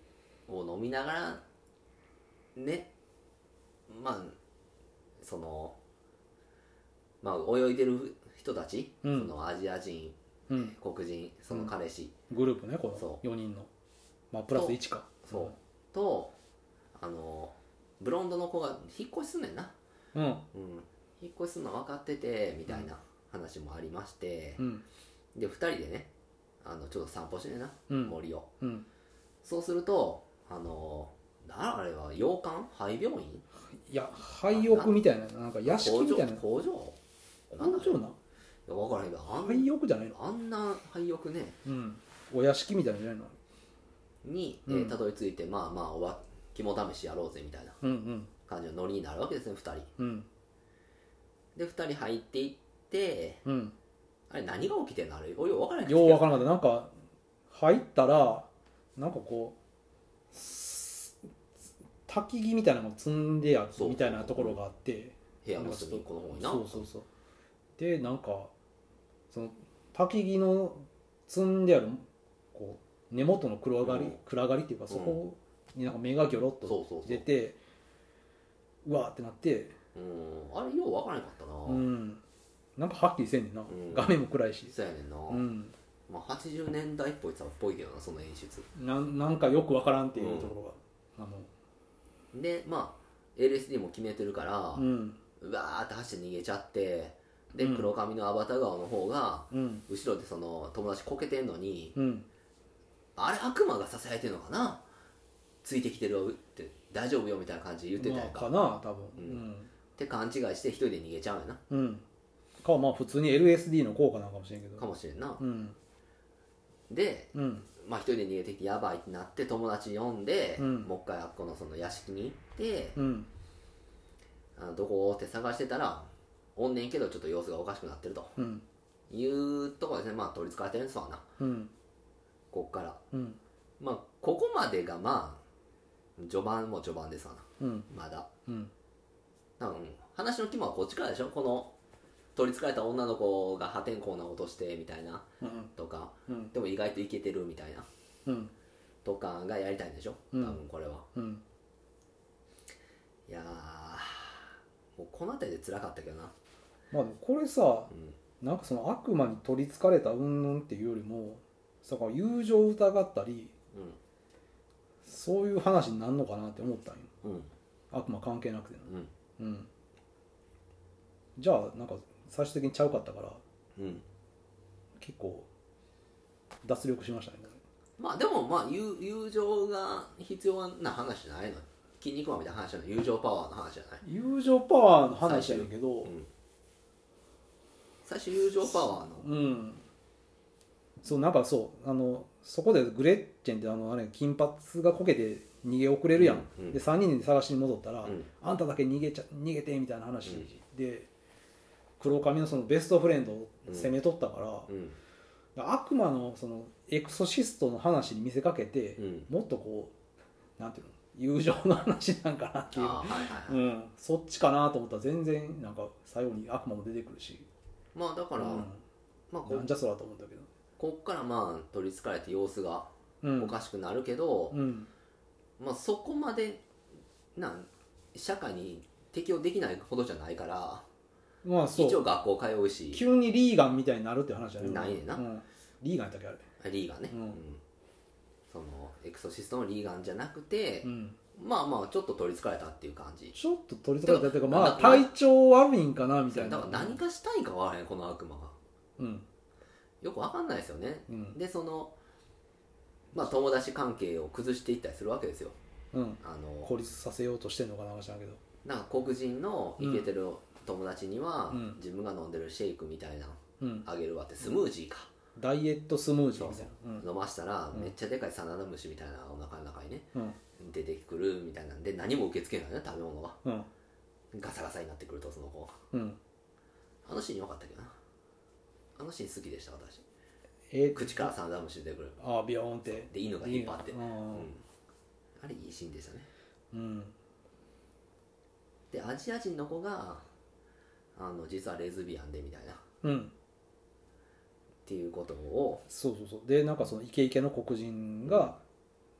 [SPEAKER 1] を飲みながらねまあそのまあ泳いでる人たち、
[SPEAKER 2] うん
[SPEAKER 1] そのアジア人
[SPEAKER 2] うん
[SPEAKER 1] 黒人その彼氏、
[SPEAKER 2] グループねこ
[SPEAKER 1] そ
[SPEAKER 2] の4人のまあプラス
[SPEAKER 1] そう
[SPEAKER 2] 1か
[SPEAKER 1] そうとあのブロンドの子が引っ越しすんねんな
[SPEAKER 2] うん
[SPEAKER 1] うん、引っ越しするの分かっててみたいな話もありまして
[SPEAKER 2] う、ん
[SPEAKER 1] で2人でねあのちょっと散歩してねな、
[SPEAKER 2] うん
[SPEAKER 1] 森を
[SPEAKER 2] うん
[SPEAKER 1] そうするとあのなあれは洋館廃病院
[SPEAKER 2] いや廃屋みたいななんか屋敷
[SPEAKER 1] 工
[SPEAKER 2] み
[SPEAKER 1] 場
[SPEAKER 2] たいな
[SPEAKER 1] 工場なん
[SPEAKER 2] 工
[SPEAKER 1] だ
[SPEAKER 2] 場ない
[SPEAKER 1] や分からへんけどあん,、
[SPEAKER 2] 廃屋じゃないの
[SPEAKER 1] あんな廃屋ね
[SPEAKER 2] うんお屋敷みたいなんじゃないの
[SPEAKER 1] にえ
[SPEAKER 2] う
[SPEAKER 1] ー
[SPEAKER 2] ん
[SPEAKER 1] たど、り着いてまあまあおわ肝試しやろうぜみたいな
[SPEAKER 2] うん
[SPEAKER 1] 感じのノリになるわけですね2人
[SPEAKER 2] うんうん
[SPEAKER 1] で2人入っていって
[SPEAKER 2] うん
[SPEAKER 1] あれ何が起きてんのあれよう分からへん
[SPEAKER 2] *laughs* ようわからなかったなんか入ったらなんかこうす焚き木みたいなのも積んであ
[SPEAKER 1] そう
[SPEAKER 2] るみたいなところがあって
[SPEAKER 1] 部屋の隅っこの方にな
[SPEAKER 2] そうそうそうでなんかその焚き木の積んであるこう根元の暗がり、
[SPEAKER 1] うん
[SPEAKER 2] 暗がりっていうかそこになんか目がギョロっと
[SPEAKER 1] そうそうそう
[SPEAKER 2] 出てうわーってなって
[SPEAKER 1] うん、あれよう分からなかったな、
[SPEAKER 2] うんなんかはっきりせんねんな、
[SPEAKER 1] ん
[SPEAKER 2] 画面も暗いし
[SPEAKER 1] そうやねんな、
[SPEAKER 2] うん
[SPEAKER 1] まあ、80年代っぽいさっぽいけどなその演出
[SPEAKER 2] なんなんかよくわからんっていうところが、
[SPEAKER 1] でまあ LSD も決めてるから
[SPEAKER 2] あの、うん
[SPEAKER 1] うわーって走って逃げちゃってで
[SPEAKER 2] うん
[SPEAKER 1] 黒髪のアバター顔の方が
[SPEAKER 2] うん
[SPEAKER 1] 後ろでその友達こけてんのに
[SPEAKER 2] うん
[SPEAKER 1] あれ悪魔がささやいてんのかなついてきてるよって大丈夫よみたいな感じで言ってたやん
[SPEAKER 2] ま
[SPEAKER 1] か,、
[SPEAKER 2] あ、かな多
[SPEAKER 1] う
[SPEAKER 2] 分
[SPEAKER 1] って勘違いして一人で逃げちゃうやな
[SPEAKER 2] うん、うん、かまあ普通に LSD の効果なんかもしれんけど
[SPEAKER 1] かもしれんな
[SPEAKER 2] うん
[SPEAKER 1] で
[SPEAKER 2] うん
[SPEAKER 1] まあ一人で逃げてきてやばいってなって友達呼んで、
[SPEAKER 2] うん
[SPEAKER 1] もう一回あっこのその屋敷に行って、
[SPEAKER 2] うん
[SPEAKER 1] あのどこって探してたらおんねんけどちょっと様子がおかしくなってると
[SPEAKER 2] うん
[SPEAKER 1] いうとこですねまあ取り憑かれてるんですわな
[SPEAKER 2] うん
[SPEAKER 1] こっから
[SPEAKER 2] うん
[SPEAKER 1] まあここまでがまあ序盤も序盤ですわな
[SPEAKER 2] うん
[SPEAKER 1] まだ
[SPEAKER 2] うん
[SPEAKER 1] 多分話の肝はこっちからでしょこの取り憑かれた女の子が破天荒なことしてみたいな
[SPEAKER 2] うん
[SPEAKER 1] とか
[SPEAKER 2] うん
[SPEAKER 1] でも意外とイケてるみたいな
[SPEAKER 2] うん
[SPEAKER 1] とかがやりたいんでしょ多
[SPEAKER 2] うん
[SPEAKER 1] 分これは、
[SPEAKER 2] うん
[SPEAKER 1] いやーもうこの辺りで辛かったけどな
[SPEAKER 2] まあでもこれさ
[SPEAKER 1] うん
[SPEAKER 2] なんかその悪魔に取りつかれた云々っていうよりもその友情を疑ったり
[SPEAKER 1] うん
[SPEAKER 2] そういう話になるのかなって思ったんよ
[SPEAKER 1] うん
[SPEAKER 2] 悪魔関係なくてな
[SPEAKER 1] うん
[SPEAKER 2] うんじゃあなんか最終的にちゃうかったから
[SPEAKER 1] うん
[SPEAKER 2] 結構脱力しましたね
[SPEAKER 1] まあでもまあ友友情が必要な話じゃないの筋肉マンみたいな話じゃない友情パワーの話じゃない
[SPEAKER 2] 友情パワーの話やねんけど
[SPEAKER 1] うん最初友情パワーの
[SPEAKER 2] うんそうなんかそうあのそこでグレッチェンってあのあれ金髪がこけて逃げ遅れるやん、
[SPEAKER 1] うんうん
[SPEAKER 2] で3人で探しに戻ったら、
[SPEAKER 1] うん
[SPEAKER 2] あんただけ逃げちゃ逃げてみたいな話で、黒髪のそのベストフレンドを攻め取ったから、
[SPEAKER 1] うん
[SPEAKER 2] 悪魔のそのエクソシストの話に見せかけて
[SPEAKER 1] う、ん
[SPEAKER 2] もっとこうなんていうの友情の話なんかなって
[SPEAKER 1] あ
[SPEAKER 2] いう
[SPEAKER 1] あ、はいはいはい、
[SPEAKER 2] うん、そっちかなと思ったら全然なんか最後に悪魔も出てくるし、
[SPEAKER 1] まあだから、
[SPEAKER 2] う
[SPEAKER 1] まあ
[SPEAKER 2] ん、
[SPEAKER 1] こ
[SPEAKER 2] なんじゃそらと思ったけど、
[SPEAKER 1] こっからまあ取りつかれて様子が
[SPEAKER 2] うん、
[SPEAKER 1] おかしくなるけど、
[SPEAKER 2] うん
[SPEAKER 1] まあそこまでなん社会に適応できないほどじゃないから
[SPEAKER 2] まあそ
[SPEAKER 1] 一応
[SPEAKER 2] う
[SPEAKER 1] 学校通うし
[SPEAKER 2] 急にリーガンみたいになるって話じゃない
[SPEAKER 1] ないねんな
[SPEAKER 2] うん、リーガンやったっけあれ
[SPEAKER 1] リーガンね、
[SPEAKER 2] うん
[SPEAKER 1] そのエクソシストのリーガンじゃなくて
[SPEAKER 2] う、ん、
[SPEAKER 1] まあまあちょっと取りつかれたっていう感じ
[SPEAKER 2] ちょっと取りつかれたというかまあ
[SPEAKER 1] だから
[SPEAKER 2] 体調悪いんかなみた
[SPEAKER 1] だ
[SPEAKER 2] い
[SPEAKER 1] か
[SPEAKER 2] な
[SPEAKER 1] ら何かしたいかはあれへんこの悪魔が
[SPEAKER 2] うん
[SPEAKER 1] よくわかんないですよね
[SPEAKER 2] うん
[SPEAKER 1] でそのまあ友達関係を崩していったりするわけですよ
[SPEAKER 2] うん
[SPEAKER 1] あの
[SPEAKER 2] 孤立させようとしてんのかな知らんけど
[SPEAKER 1] なんか黒人のイケてる友達には、
[SPEAKER 2] うん
[SPEAKER 1] 自分が飲んでるシェイクみたいなの
[SPEAKER 2] うん
[SPEAKER 1] あげるわってスムージーか、
[SPEAKER 2] ダイエットスムージーみたいな
[SPEAKER 1] 飲ましたら、
[SPEAKER 2] うん
[SPEAKER 1] めっちゃでかいサナダムシみたいなお腹の中にね
[SPEAKER 2] うん
[SPEAKER 1] 出てくるみたいなんで何も受け付けないのね食べ物は
[SPEAKER 2] うん
[SPEAKER 1] ガサガサになってくるとその子が
[SPEAKER 2] うん
[SPEAKER 1] あのシーン良かったけどなあのシーン好きでした私
[SPEAKER 2] えー
[SPEAKER 1] 口からサナダムシ出てくる
[SPEAKER 2] ああビヨーンって
[SPEAKER 1] で犬が引っ張って、
[SPEAKER 2] う
[SPEAKER 1] うん
[SPEAKER 2] ん
[SPEAKER 1] あれいいシーンでしたね
[SPEAKER 2] うん
[SPEAKER 1] でアジア人の子があの実はレズビアンでみたいなっ
[SPEAKER 2] うん
[SPEAKER 1] ていうことを、
[SPEAKER 2] そうそうそうでなんかそのイケイケの黒人が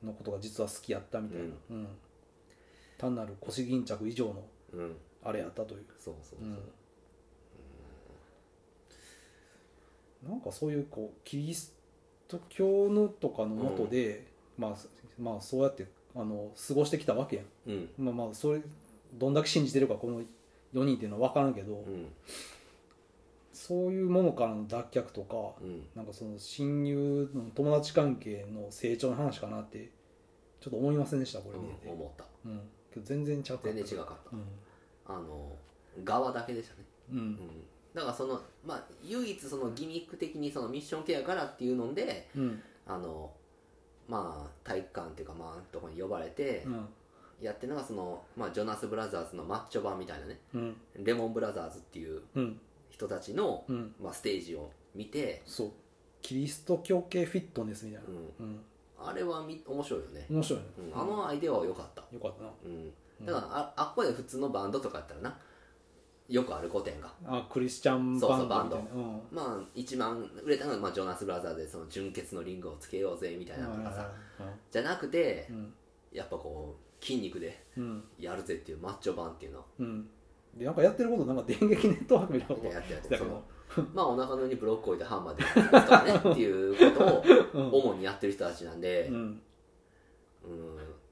[SPEAKER 2] のことが実は好きやったみたいな、うん単なる腰巾着以上の
[SPEAKER 1] うん、
[SPEAKER 2] あれやったという
[SPEAKER 1] そうそうそう、
[SPEAKER 2] なんかそういうこうキリスト教のとかのもとで、まあ、まあそうやってあの過ごしてきたわけやん、
[SPEAKER 1] うん
[SPEAKER 2] まあ、まあそれどんだけ信じてるかこの4人っていうのは分からんけど、
[SPEAKER 1] うん
[SPEAKER 2] そういうものからの脱却とか
[SPEAKER 1] うん
[SPEAKER 2] なんかその親友の友達関係の成長の話かなってちょっと思いませんでしたこれ見てて、
[SPEAKER 1] 思った
[SPEAKER 2] うんけど全然ちゃうかっ
[SPEAKER 1] 全
[SPEAKER 2] た
[SPEAKER 1] 然違かった
[SPEAKER 2] うん
[SPEAKER 1] あの側だけでしたね、
[SPEAKER 2] う
[SPEAKER 1] うんん、だからそのまあ唯一そのギミック的にそのミッションケアからっていうので
[SPEAKER 2] うん
[SPEAKER 1] あのまあ体育館っていうかまあとこに呼ばれて
[SPEAKER 2] うん
[SPEAKER 1] やってるのがその、まあ、ジョナス・ブラザーズのマッチョ版みたいなね
[SPEAKER 2] うん
[SPEAKER 1] レモン・ブラザーズっていう
[SPEAKER 2] うん
[SPEAKER 1] 人たちの、
[SPEAKER 2] うん
[SPEAKER 1] まあ、ステージを見て、
[SPEAKER 2] そうキリスト教系フィットネスみたいな
[SPEAKER 1] うん、
[SPEAKER 2] うん
[SPEAKER 1] あれはみ面白いよね、
[SPEAKER 2] 面白いね、
[SPEAKER 1] うん、あのアイデアは良かった、
[SPEAKER 2] よかったな
[SPEAKER 1] うん、だからああっこで普通のバンドとかやったらなよくある古典が
[SPEAKER 2] あクリスチャンバンドみたいなうん
[SPEAKER 1] まあ一番売れたのは、まあ、ジョナス・ブラザーズでその純潔のリングをつけようぜみたいなのとかさじゃなくて
[SPEAKER 2] うん
[SPEAKER 1] やっぱこう筋肉で
[SPEAKER 2] うん
[SPEAKER 1] やるぜっていうマッチョ版っていうの
[SPEAKER 2] うんでなんかやってることなんか電撃ネットワークみたいな
[SPEAKER 1] み
[SPEAKER 2] こ
[SPEAKER 1] たいなや
[SPEAKER 2] と
[SPEAKER 1] ってやっ
[SPEAKER 2] してた
[SPEAKER 1] そ
[SPEAKER 2] け
[SPEAKER 1] の
[SPEAKER 2] ど
[SPEAKER 1] まあお腹の上にブロック置いてハンマーでやってとかねっていうことを主にやってる人たちなんで
[SPEAKER 2] う、ん
[SPEAKER 1] うん、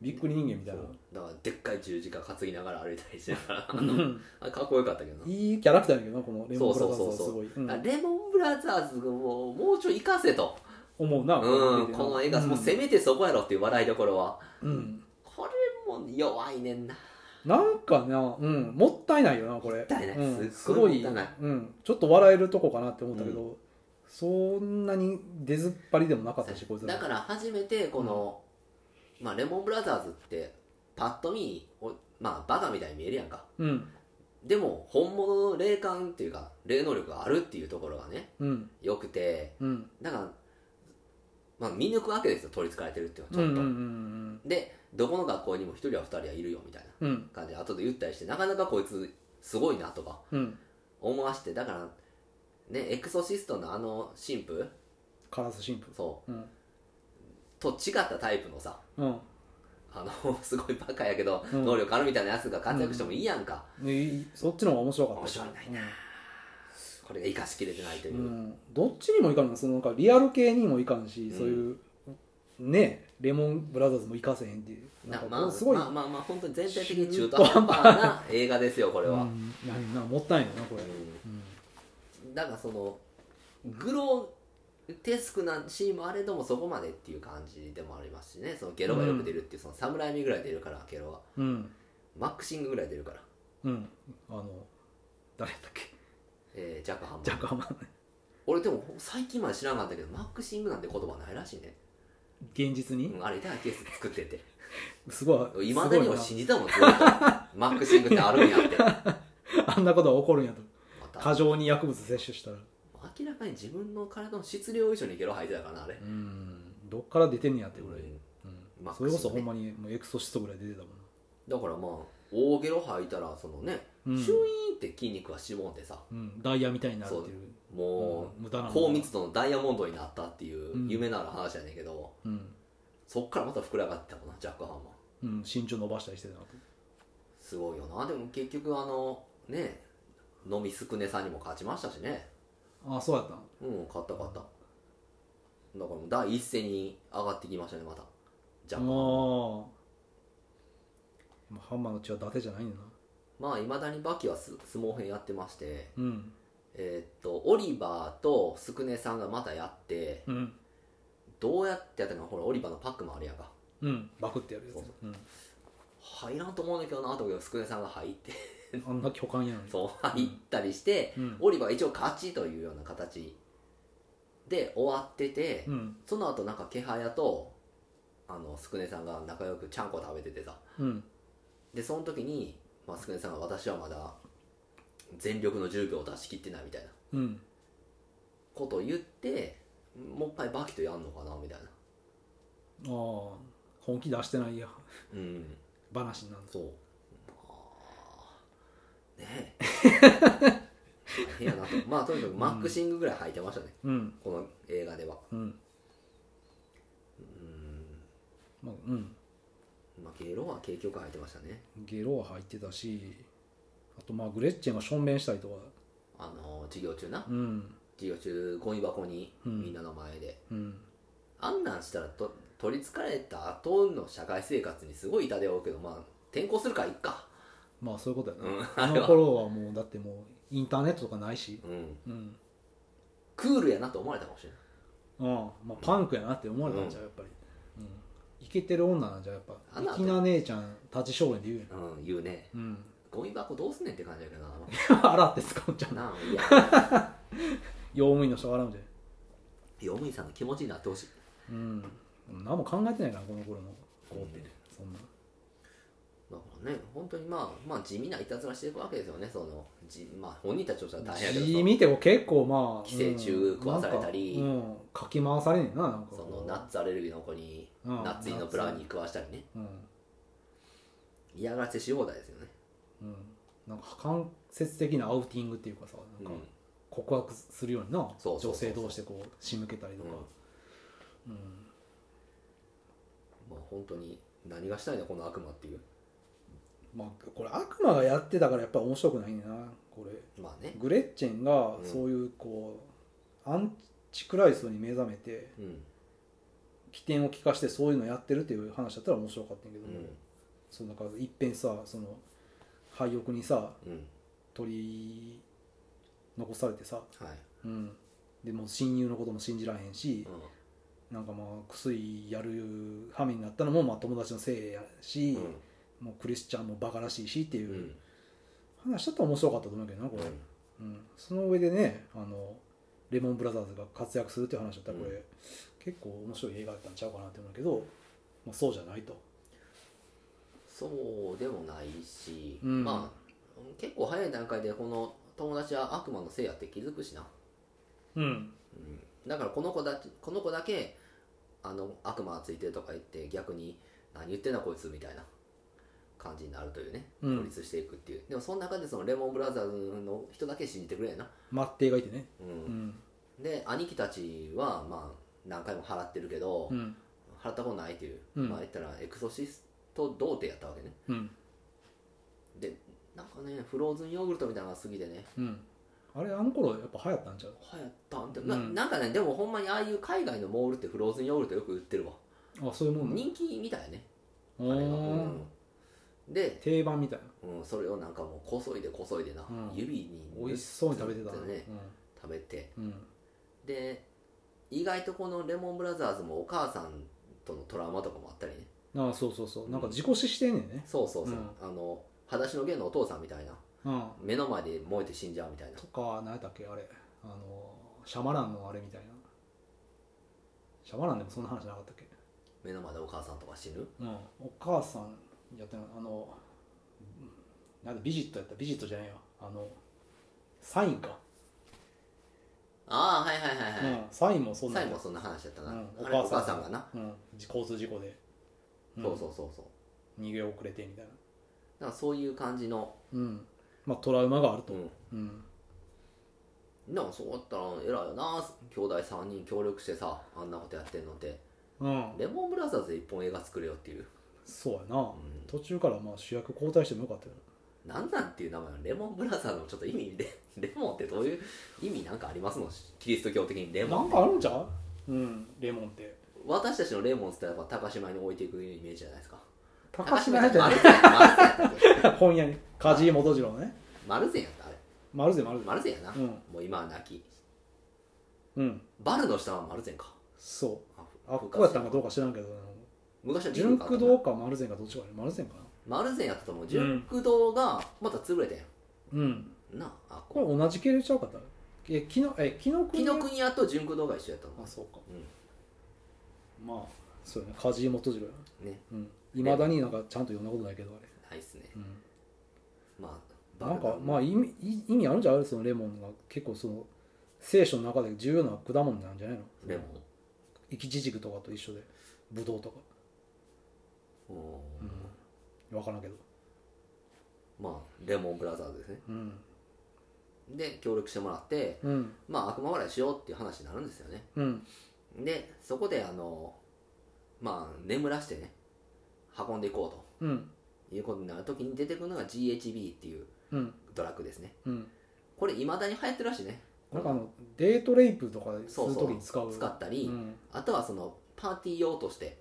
[SPEAKER 2] びっくり人間みたいな
[SPEAKER 1] そうだからでっかい十字架担ぎながら歩いたりしてるから
[SPEAKER 2] うん
[SPEAKER 1] あれかっこよかったけどな、
[SPEAKER 2] いいキャラクターだけどなこのレモンブラザ
[SPEAKER 1] そ
[SPEAKER 2] ー
[SPEAKER 1] うそうそう
[SPEAKER 2] ズは
[SPEAKER 1] そ
[SPEAKER 2] す
[SPEAKER 1] う
[SPEAKER 2] ごいうん
[SPEAKER 1] あレモンブラザーズをもうちょい生かせと、
[SPEAKER 2] 思うな
[SPEAKER 1] うん、この映画、もうせ
[SPEAKER 2] め
[SPEAKER 1] めてそこやろっていう笑いどころは
[SPEAKER 2] うん
[SPEAKER 1] これも弱いねんな
[SPEAKER 2] なんかなうんもったいないよなこれも
[SPEAKER 1] ったいない
[SPEAKER 2] うん
[SPEAKER 1] す
[SPEAKER 2] す
[SPEAKER 1] っご
[SPEAKER 2] ご
[SPEAKER 1] い
[SPEAKER 2] い
[SPEAKER 1] もったいない
[SPEAKER 2] うんちょっと笑えるとこかなって思ったけどそんなに出ずっぱりでもなかったしこいつ
[SPEAKER 1] だから初めてこの、まあ、レモンブラザーズってパッと見おまあバカみたいに見えるやんか
[SPEAKER 2] うん
[SPEAKER 1] でも本物の霊感っていうか霊能力があるっていうところがね
[SPEAKER 2] うん
[SPEAKER 1] よくて
[SPEAKER 2] うん
[SPEAKER 1] だから、まあ、見抜くわけですよ取り憑かれてるっていうの
[SPEAKER 2] う
[SPEAKER 1] は
[SPEAKER 2] ん
[SPEAKER 1] ち
[SPEAKER 2] う
[SPEAKER 1] ょっ
[SPEAKER 2] ん
[SPEAKER 1] と、
[SPEAKER 2] うん
[SPEAKER 1] でどこの学校にも一人は二人はいるよみたいな
[SPEAKER 2] うんうん
[SPEAKER 1] 感じで後で言ったりしてなかなかこいつすごいなとか
[SPEAKER 2] うん
[SPEAKER 1] 思わしてだからねエクソシストのあの神父
[SPEAKER 2] カラス神父
[SPEAKER 1] そう
[SPEAKER 2] うん
[SPEAKER 1] と違ったタイプのさ
[SPEAKER 2] うん
[SPEAKER 1] あのすごいバカやけど、
[SPEAKER 2] うん
[SPEAKER 1] 能力あるみたいなやつが活躍してもいいやんか、
[SPEAKER 2] ねいいそっちの方が面白かった
[SPEAKER 1] 面白いないな、これが生かしきれてないというう、
[SPEAKER 2] ん、うんどっちにもいかんのそのなんかリアル系にもいかんし、
[SPEAKER 1] うん
[SPEAKER 2] そういうねレモンブラザーズも行かせへんっていうなん
[SPEAKER 1] な
[SPEAKER 2] か
[SPEAKER 1] ま
[SPEAKER 2] こ
[SPEAKER 1] あ
[SPEAKER 2] うすごい、
[SPEAKER 1] まあまあまあ本当に全体的に中途半端な映画ですよこれは、
[SPEAKER 2] うんいやなもったいないなこれ、
[SPEAKER 1] うんだからそのグロテスクなシーンもあれどもそこまでっていう感じでもありますしねそのゲロがよく出るっていう、その侍味ぐらい出るからゲロは
[SPEAKER 2] うんうん、
[SPEAKER 1] マックシングぐらい出るから、
[SPEAKER 2] うん、あの誰だっけ
[SPEAKER 1] えー、ジャックハンマー
[SPEAKER 2] ジャックハンマー
[SPEAKER 1] 俺でも最近まで知らなかったけどマックシングなんて言葉ないらしいね、
[SPEAKER 2] 現実に、
[SPEAKER 1] うん、あれで ITS 作って
[SPEAKER 2] *laughs*
[SPEAKER 1] て
[SPEAKER 2] すごい
[SPEAKER 1] いまだにも
[SPEAKER 2] す
[SPEAKER 1] 信じたもんずっとマックシングってあるんや
[SPEAKER 2] *laughs*
[SPEAKER 1] ってま
[SPEAKER 2] ごいなあんなことが起こるんやと
[SPEAKER 1] た
[SPEAKER 2] 過剰に薬物摂取したら
[SPEAKER 1] 明らかに自分の体の質量以上にゲロ吐いてたからなあれ、
[SPEAKER 2] うんどっから出てんねやってぐらい、
[SPEAKER 1] うん
[SPEAKER 2] うん
[SPEAKER 1] マックスね
[SPEAKER 2] それこそほんまにもうエクソシストぐらい出てたもんな
[SPEAKER 1] だからまあ大ゲロ吐いたらそのね、
[SPEAKER 2] うん
[SPEAKER 1] シュイーンって筋肉がしぼんでさ
[SPEAKER 2] うん、ダイヤみたいになるっていう
[SPEAKER 1] も
[SPEAKER 2] うん無駄
[SPEAKER 1] う
[SPEAKER 2] なもの
[SPEAKER 1] 高密度のダイヤモンドになったってい
[SPEAKER 2] うん
[SPEAKER 1] う夢のある話やねんけど、
[SPEAKER 2] うん、
[SPEAKER 1] そっからまた膨らがってたもんなジャックハンマー
[SPEAKER 2] うん、身長伸ばしたりしてたなと
[SPEAKER 1] すごいよなでも結局あのね飲みすくねさんにも勝ちましたしね
[SPEAKER 2] ああそうやったん
[SPEAKER 1] うん勝った勝っただからもう第一声に上がってきましたねまたジャックハンマー
[SPEAKER 2] もうハンマーの血は伊達じゃないねんな
[SPEAKER 1] まあいまだにバキはす相撲編やってまして
[SPEAKER 2] うん
[SPEAKER 1] えーっとオリバーとすくねさんがまたやって
[SPEAKER 2] うん
[SPEAKER 1] どうやってやったのかほらオリバーのパックもあるやんか
[SPEAKER 2] うんバクってやるやつ
[SPEAKER 1] そうそ
[SPEAKER 2] うん、
[SPEAKER 1] 入らんと思うねんだけどなと思うけどすくねさんが入って
[SPEAKER 2] *laughs* あんな巨漢やのに
[SPEAKER 1] そう入ったりして、
[SPEAKER 2] うん
[SPEAKER 1] オリバー一応勝ちというような形で終わってて、
[SPEAKER 2] うん
[SPEAKER 1] その後なんか気やとあのすくねさんが仲良くちゃんこ食べててさ
[SPEAKER 2] うん
[SPEAKER 1] でその時に、まあ、すくねさんが私はまだ全力の10秒を出し切ってないみたいな
[SPEAKER 2] うん
[SPEAKER 1] ことを言ってもう一回バキとやんのかなみたいな
[SPEAKER 2] ああ本気出してないや
[SPEAKER 1] うん
[SPEAKER 2] 話になる
[SPEAKER 1] そうまあねえ大変やなとまあとにかくマックシングぐらい履いてましたね、
[SPEAKER 2] うん
[SPEAKER 1] この映画では
[SPEAKER 2] うん
[SPEAKER 1] うん
[SPEAKER 2] まあうん
[SPEAKER 1] まあゲロは結局履いてましたね
[SPEAKER 2] ゲロは入ってたしあとまあグレッチェンがしょんべんしたりとか
[SPEAKER 1] あの授業中な
[SPEAKER 2] うん
[SPEAKER 1] 授業中ゴミ箱に
[SPEAKER 2] うん
[SPEAKER 1] みんなの前で、
[SPEAKER 2] うん
[SPEAKER 1] あんなんしたらと取りつかれた後の社会生活にすごい痛手を負うけどまあ転校するからいっか
[SPEAKER 2] まあそういうことや
[SPEAKER 1] うん
[SPEAKER 2] な、あ
[SPEAKER 1] あれ
[SPEAKER 2] の
[SPEAKER 1] は
[SPEAKER 2] 頃はもうだってもうインターネットとかないし
[SPEAKER 1] うん
[SPEAKER 2] うん、
[SPEAKER 1] クールやなと思われたかもしれない
[SPEAKER 2] うんまあ、パンクやなって思われたんじゃうやっぱりうんイケ、てる女なんじゃうやっ
[SPEAKER 1] あんな
[SPEAKER 2] ぱ粋な姉ちゃん立ち少年で言うやん
[SPEAKER 1] うん言うね
[SPEAKER 2] *laughs* うん、
[SPEAKER 1] ゴミ箱どうすんねんって感じやけどな
[SPEAKER 2] 洗って使うんじゃん
[SPEAKER 1] なあいや
[SPEAKER 2] 用務員の人が洗うんじゃん
[SPEAKER 1] 用務員さんの気持ちになってほしい
[SPEAKER 2] うん何も考えてないからこの頃の子って、
[SPEAKER 1] うん
[SPEAKER 2] そんな
[SPEAKER 1] だからね本当にまあまあ地味ないたずらしていくわけですよねそのじまあ本人たちとしては大変やけど
[SPEAKER 2] 地味ってこう結構まあ
[SPEAKER 1] 寄生虫食わされたり
[SPEAKER 2] うんなんかうんかき回されねえななんか
[SPEAKER 1] そのそのナッツアレルギーの子に
[SPEAKER 2] うん
[SPEAKER 1] ナッツ入りのブラウニー食わしたりね
[SPEAKER 2] うん、
[SPEAKER 1] 嫌がらせし放題ですよね
[SPEAKER 2] うん、なんか間接的なアウティングっていうかさなんか告白するようにな、
[SPEAKER 1] そうそうそう
[SPEAKER 2] 女
[SPEAKER 1] そう
[SPEAKER 2] 性同士でこう仕向けたりとか、うん
[SPEAKER 1] まあ本当に何がしたいのこの悪魔っていう
[SPEAKER 2] まあ、これ悪魔がやってたからやっぱ面白くないねんなこれ
[SPEAKER 1] まあね
[SPEAKER 2] グレッチェンが
[SPEAKER 1] うん
[SPEAKER 2] そういうこう、アンチクライストに目覚めて
[SPEAKER 1] うん
[SPEAKER 2] 起点を利かしてそういうのやってるっていう話だったら面白かったんやけど
[SPEAKER 1] う
[SPEAKER 2] も、
[SPEAKER 1] ん
[SPEAKER 2] そのなんかいっぺんさその廃屋にさ
[SPEAKER 1] うん
[SPEAKER 2] 取り残されてさ、
[SPEAKER 1] はい
[SPEAKER 2] うん、でもう親友のことも信じられへんし
[SPEAKER 1] う、ん
[SPEAKER 2] なんかまあ薬やる羽目になったのもまあ友達のせいやし、
[SPEAKER 1] うん
[SPEAKER 2] もうクリスチャンもバカらしいしっていううん話だったら面白かったと思うけどなこれ、うん、その上でねあのレモンブラザーズが活躍するっていう話だったらこれ、
[SPEAKER 1] う
[SPEAKER 2] 結構面白い映画だったんちゃうかなって思うけど、まあ、そうじゃないと
[SPEAKER 1] そうでもないし
[SPEAKER 2] うん
[SPEAKER 1] まあ結構早い段階でこの友達は悪魔のせいやって気づくしな
[SPEAKER 2] うん
[SPEAKER 1] だからこの子だこの子だけあの悪魔がついてるとか言って逆に何言ってんだこいつみたいな感じになるというね
[SPEAKER 2] うん
[SPEAKER 1] 孤立していくっていう、でもその中でそのレモンブラザーズの人だけ信じてくれやな、
[SPEAKER 2] 待ってがいてね
[SPEAKER 1] う
[SPEAKER 2] うんん
[SPEAKER 1] で兄貴たちはまあ何回も払ってるけど、
[SPEAKER 2] うん
[SPEAKER 1] 払ったことないっていう、
[SPEAKER 2] うん
[SPEAKER 1] まあ言ったらエクソシスト童貞やったわけね
[SPEAKER 2] うん
[SPEAKER 1] でなんかねフローズンヨーグルトみたいなのが好きでね
[SPEAKER 2] うんあれあの頃やっぱ流行ったんちゃう
[SPEAKER 1] 流行ったんって、な
[SPEAKER 2] うん
[SPEAKER 1] なんかねでもほんまにああいう海外のモールってフローズンヨーグルトよく売ってるわ
[SPEAKER 2] あそういうもんね
[SPEAKER 1] 人気みたいね
[SPEAKER 2] あ
[SPEAKER 1] あれが、う
[SPEAKER 2] ー
[SPEAKER 1] ん、で、
[SPEAKER 2] 定番みたいな
[SPEAKER 1] うん、それをなんかもうこそいでこそいでな、
[SPEAKER 2] うん
[SPEAKER 1] 指に
[SPEAKER 2] 美味しそうに食べてた
[SPEAKER 1] ずっとね食べて
[SPEAKER 2] うんうん
[SPEAKER 1] で意外とこのレモンブラザーズもお母さんとのトラウマとかもあったりね
[SPEAKER 2] ああそうそうそうなんか自己死してんねんね
[SPEAKER 1] そうそうそう、
[SPEAKER 2] うん
[SPEAKER 1] あの裸足のゲンのお父さんみたいな
[SPEAKER 2] うん
[SPEAKER 1] 目の前で燃えて死んじゃうみたいな
[SPEAKER 2] とか何やったっけあれあのシャマランのあれみたいなシャマランでもそんな話なかったっけ、
[SPEAKER 1] 目の前でお母さんとか死ぬ
[SPEAKER 2] うん、お母さんやってるあのなんだビジットやったビジットじゃないよあのサインか、
[SPEAKER 1] ああはいはいは
[SPEAKER 2] う
[SPEAKER 1] いはい、
[SPEAKER 2] ん、サインもそんな
[SPEAKER 1] 最後
[SPEAKER 2] んだ
[SPEAKER 1] もそんな話やったな、
[SPEAKER 2] うん
[SPEAKER 1] あれお
[SPEAKER 2] お母
[SPEAKER 1] 母
[SPEAKER 2] さ
[SPEAKER 1] さ
[SPEAKER 2] ん
[SPEAKER 1] んがな、
[SPEAKER 2] うん、交通事故で、ん
[SPEAKER 1] そうそうそうそう
[SPEAKER 2] 逃げ遅れてみたいな、
[SPEAKER 1] だからそういう感じの、
[SPEAKER 2] うんまあ、トラウマがあ
[SPEAKER 1] う
[SPEAKER 2] ると、
[SPEAKER 1] ん、
[SPEAKER 2] うん
[SPEAKER 1] でもそうだったら偉いよな兄弟3人協力してさあんなことやってんのって
[SPEAKER 2] うん、
[SPEAKER 1] レモンブラザーズで一本映画作れよっていう、
[SPEAKER 2] そうやな、
[SPEAKER 1] うん
[SPEAKER 2] 途中からまあ主役交代してもよかったよ
[SPEAKER 1] なんなんっていう名前のレモンブラザーズのちょっと意味で *laughs* レモンってどういう意味なんかありますのキリスト教的にレ
[SPEAKER 2] な
[SPEAKER 1] モン
[SPEAKER 2] んかあるんちゃううんレモンって
[SPEAKER 1] 私たちのレモンっつったらやっぱ高島屋に置いていくイメージじゃないですか
[SPEAKER 2] 高島屋じゃ
[SPEAKER 1] マ
[SPEAKER 2] な *laughs*
[SPEAKER 1] ル
[SPEAKER 2] い
[SPEAKER 1] ゼンマルゼンやったっけ
[SPEAKER 2] 本屋に梶井元次郎ね
[SPEAKER 1] マルゼンやったあれ
[SPEAKER 2] マルゼマルゼ
[SPEAKER 1] マルゼンやな、
[SPEAKER 2] うん
[SPEAKER 1] もう今は泣き
[SPEAKER 2] うん
[SPEAKER 1] バルの下はマルゼンか
[SPEAKER 2] そう
[SPEAKER 1] あ
[SPEAKER 2] あ
[SPEAKER 1] ふ
[SPEAKER 2] こうやったんかどうか知らんけど
[SPEAKER 1] 昔はリン
[SPEAKER 2] 純
[SPEAKER 1] クか
[SPEAKER 2] 駆堂かマルゼンかどっちかねマルゼンかな
[SPEAKER 1] マルゼンやったと思う純駆動がまた潰れてん
[SPEAKER 2] うん
[SPEAKER 1] なあこ
[SPEAKER 2] これ同じ系列ちゃうかったえきのえきの
[SPEAKER 1] 紀
[SPEAKER 2] 国
[SPEAKER 1] ノ国屋と純駆動が一緒やったの
[SPEAKER 2] あそうか
[SPEAKER 1] う
[SPEAKER 2] まあそうやね梶井元次郎や
[SPEAKER 1] んね
[SPEAKER 2] いまだになんかちゃんと読んだことないけどあれ
[SPEAKER 1] ないっすね
[SPEAKER 2] うん
[SPEAKER 1] まあ
[SPEAKER 2] なんかま
[SPEAKER 1] あ
[SPEAKER 2] あ意味意意味あるんじゃないそのレモンが結構その聖書の中で重要な果物なんじゃないの
[SPEAKER 1] レモ
[SPEAKER 2] 生きジとかと一緒でブドウとか
[SPEAKER 1] ンおー
[SPEAKER 2] 分からんけど
[SPEAKER 1] まあレモンブラザーズですね
[SPEAKER 2] うん
[SPEAKER 1] で協力してもらって
[SPEAKER 2] うん
[SPEAKER 1] まあ悪魔払いしようっていう話になるんですよね
[SPEAKER 2] うん
[SPEAKER 1] でそこであのまあ眠らしてね運んでいこう
[SPEAKER 2] うん
[SPEAKER 1] ということになるときに出てくるのが GHB っていう
[SPEAKER 2] うん
[SPEAKER 1] ドラッグですね
[SPEAKER 2] うん
[SPEAKER 1] これいまだに流行ってるらしいね
[SPEAKER 2] なんかあのデートレイプとかす
[SPEAKER 1] そう
[SPEAKER 2] る
[SPEAKER 1] そ
[SPEAKER 2] とき
[SPEAKER 1] う
[SPEAKER 2] に使う
[SPEAKER 1] 使ったり、
[SPEAKER 2] うん
[SPEAKER 1] あとはそのパーティー用として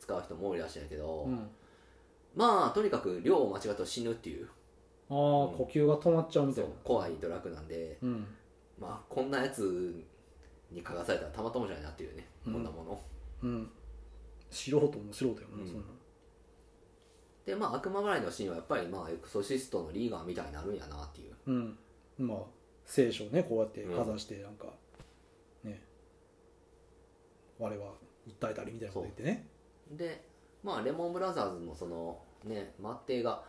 [SPEAKER 1] 使う人も多いらしいんだけど、
[SPEAKER 2] うん
[SPEAKER 1] まあとにかく量を間違って死ぬっていう
[SPEAKER 2] ああ呼吸が止まっちゃうみたいな
[SPEAKER 1] 怖いドラッグなんで
[SPEAKER 2] うん
[SPEAKER 1] まあこんなやつに嗅がされたらたまったもんじゃないなっていうね、
[SPEAKER 2] うん
[SPEAKER 1] こんなもの
[SPEAKER 2] うん素人も素人やもん
[SPEAKER 1] う
[SPEAKER 2] なんそんな
[SPEAKER 1] でまあ悪魔払いのシーンはやっぱりまあエクソシストのリーガーみたいになるんやなっていう
[SPEAKER 2] うんまあ聖書をねこうやってかざしてなんかね我は訴えたりみたいなこと言ってね
[SPEAKER 1] でまあレモンブラザーズもそのね末帝が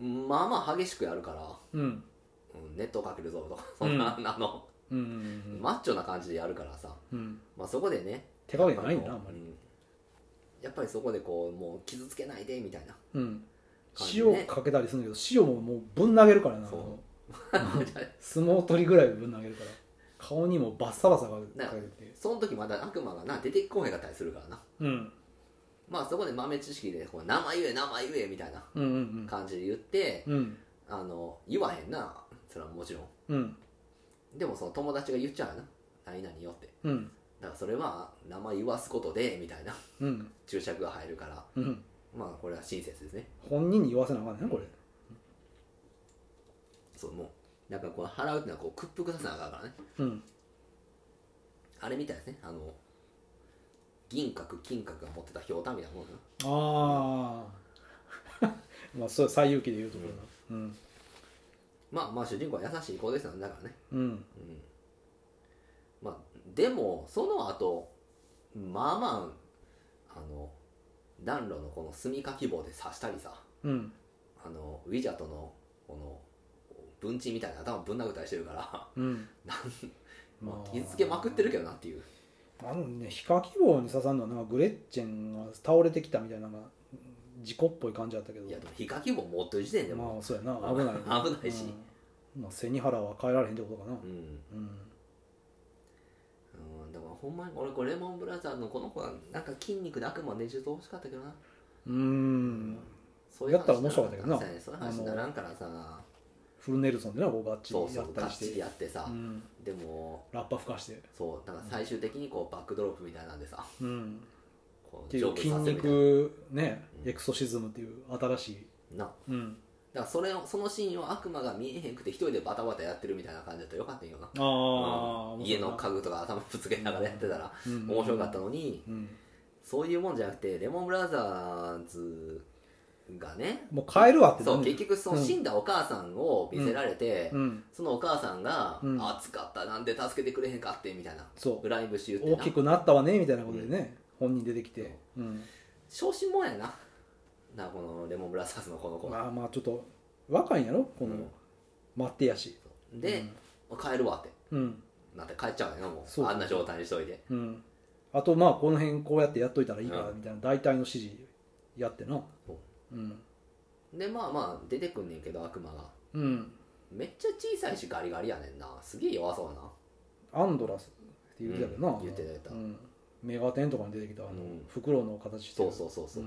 [SPEAKER 1] まあまあ激しくやるから、
[SPEAKER 2] うん
[SPEAKER 1] うん、ネットかけるぞとか
[SPEAKER 2] う
[SPEAKER 1] そ
[SPEAKER 2] ん
[SPEAKER 1] んな、あの、
[SPEAKER 2] うんうん
[SPEAKER 1] マッチョな感じでやるからさ、
[SPEAKER 2] うんうん
[SPEAKER 1] まあ、そこでね
[SPEAKER 2] 手加減ないんだなあんまり
[SPEAKER 1] うんやっぱりそこでこうもう傷つけないでみたいな
[SPEAKER 2] うん、
[SPEAKER 1] 感じね
[SPEAKER 2] 塩かけたりするんだけど塩ももうぶん投げるからな
[SPEAKER 1] そう
[SPEAKER 2] あの相撲取りぐらいぶん投げるから顔にもバッサバサがかけてて
[SPEAKER 1] *laughs* その時まだ悪魔がな出てこへんかったりするからな
[SPEAKER 2] うん
[SPEAKER 1] まあそこで豆知識でこう「名前言え名前言え」みたいな
[SPEAKER 2] うんうん
[SPEAKER 1] 感じで言って、
[SPEAKER 2] うんうん
[SPEAKER 1] あの言わへんなそれはもちろん
[SPEAKER 2] うん
[SPEAKER 1] でもその友達が言っちゃうよな「何々よ」って
[SPEAKER 2] うん
[SPEAKER 1] だからそれは名前言わすことでみたいな
[SPEAKER 2] うん
[SPEAKER 1] 注釈が入るから
[SPEAKER 2] うん
[SPEAKER 1] まあこれは親切ですね
[SPEAKER 2] 本人に言わせなあかんねんこれ
[SPEAKER 1] そうもうなんかこう払うってのはこう屈服させなあかんからね
[SPEAKER 2] うん
[SPEAKER 1] あれみたいですねあの銀閣金閣が持ってたひょうたんみたいなもんな
[SPEAKER 2] ああ *laughs* まあそう最有機で言うところだうん
[SPEAKER 1] まあまあ主人公は優しい子ですよねだからね
[SPEAKER 2] うん
[SPEAKER 1] うんまあでもその後まあまああの暖炉のこの炭かき棒で刺したりさ
[SPEAKER 2] うん
[SPEAKER 1] あのウィジャとのこの文鎮みたいな頭ぶん殴ったりしてるから
[SPEAKER 2] うん
[SPEAKER 1] まあ傷つけまくってるけどなっていう
[SPEAKER 2] あのねヒカキ棒に刺さるのはなんかグレッチェンが倒れてきたみたいななんか事故っぽい感じだったけど
[SPEAKER 1] いやでも火かき棒持ってる時点でも
[SPEAKER 2] まあそうやな
[SPEAKER 1] まあ
[SPEAKER 2] 危
[SPEAKER 1] *laughs*
[SPEAKER 2] ない、
[SPEAKER 1] 危ないし、
[SPEAKER 2] うんまあ、背に腹は変えられへんってことか
[SPEAKER 1] う、
[SPEAKER 2] な
[SPEAKER 1] ん
[SPEAKER 2] う
[SPEAKER 1] う
[SPEAKER 2] ん、
[SPEAKER 1] ん、だからほんまに俺これレモンブラザーズのこの子はなんか筋肉で悪魔ねじると欲しかったけどな
[SPEAKER 2] うーん
[SPEAKER 1] そういう話
[SPEAKER 2] やったら面白かったけどな
[SPEAKER 1] そうやねそういう話にならんからさ
[SPEAKER 2] フルネルソンでなこうガッチ
[SPEAKER 1] そう
[SPEAKER 2] リ
[SPEAKER 1] そ
[SPEAKER 2] やっ
[SPEAKER 1] う
[SPEAKER 2] た
[SPEAKER 1] が
[SPEAKER 2] り
[SPEAKER 1] っち
[SPEAKER 2] し
[SPEAKER 1] り
[SPEAKER 2] て
[SPEAKER 1] やってさ、
[SPEAKER 2] うん、
[SPEAKER 1] でも
[SPEAKER 2] ラッパ吹かして
[SPEAKER 1] そうだから最終的にこうバックドロップみたいなんでさ
[SPEAKER 2] うん
[SPEAKER 1] こ
[SPEAKER 2] って
[SPEAKER 1] う成
[SPEAKER 2] いう
[SPEAKER 1] 仏
[SPEAKER 2] 筋
[SPEAKER 1] させるみたいな
[SPEAKER 2] 肉ね
[SPEAKER 1] うん
[SPEAKER 2] エクソシズムっていう新しい、
[SPEAKER 1] なだか
[SPEAKER 2] うん、
[SPEAKER 1] らそれをそのシーンを悪魔が見えへんくて一人でバタバタやってるみたいな感じだったらよかったんよな
[SPEAKER 2] ああ、
[SPEAKER 1] う
[SPEAKER 2] うんん、
[SPEAKER 1] 家の家具とか頭ぶつけながらやってたら
[SPEAKER 2] うん
[SPEAKER 1] 面白かったのに、
[SPEAKER 2] うん、
[SPEAKER 1] そういうもんじゃなくてレモンブラザーズがね
[SPEAKER 2] もう帰るわって
[SPEAKER 1] そう
[SPEAKER 2] なんで
[SPEAKER 1] 結局その死んだお母さんを見せられて、
[SPEAKER 2] うん、
[SPEAKER 1] そのお母さんが「
[SPEAKER 2] うん
[SPEAKER 1] 暑かったなんで助けてくれへんかって」みたいな
[SPEAKER 2] そう
[SPEAKER 1] ライブし言ってな
[SPEAKER 2] 大きくなったわねみたいなことでね、本人出てきて、うん、
[SPEAKER 1] 小心者やななこのレモンブラザーズのこの子、
[SPEAKER 2] まあまあちょっと若いんやろこの、
[SPEAKER 1] うん
[SPEAKER 2] 待ってやし
[SPEAKER 1] で、帰るわって
[SPEAKER 2] うん
[SPEAKER 1] なって帰っちゃうよもう
[SPEAKER 2] そう
[SPEAKER 1] あんな状態にしといて
[SPEAKER 2] うん、うん、あとまあこの辺こうやってやっといたらいいから
[SPEAKER 1] うん
[SPEAKER 2] みたいな大体の指示やってな
[SPEAKER 1] そう
[SPEAKER 2] うん
[SPEAKER 1] でまあまあ出てくんねんけど悪魔が
[SPEAKER 2] うん
[SPEAKER 1] めっちゃ小さいしガリガリやねんなすげえ弱そうな
[SPEAKER 2] アンドラスって言ってたけどな、
[SPEAKER 1] うん言ってた言ってた
[SPEAKER 2] うんメガテンとかに出てきたあの、
[SPEAKER 1] うん
[SPEAKER 2] 袋の形して
[SPEAKER 1] そ
[SPEAKER 2] る
[SPEAKER 1] うそうそうそう、
[SPEAKER 2] ん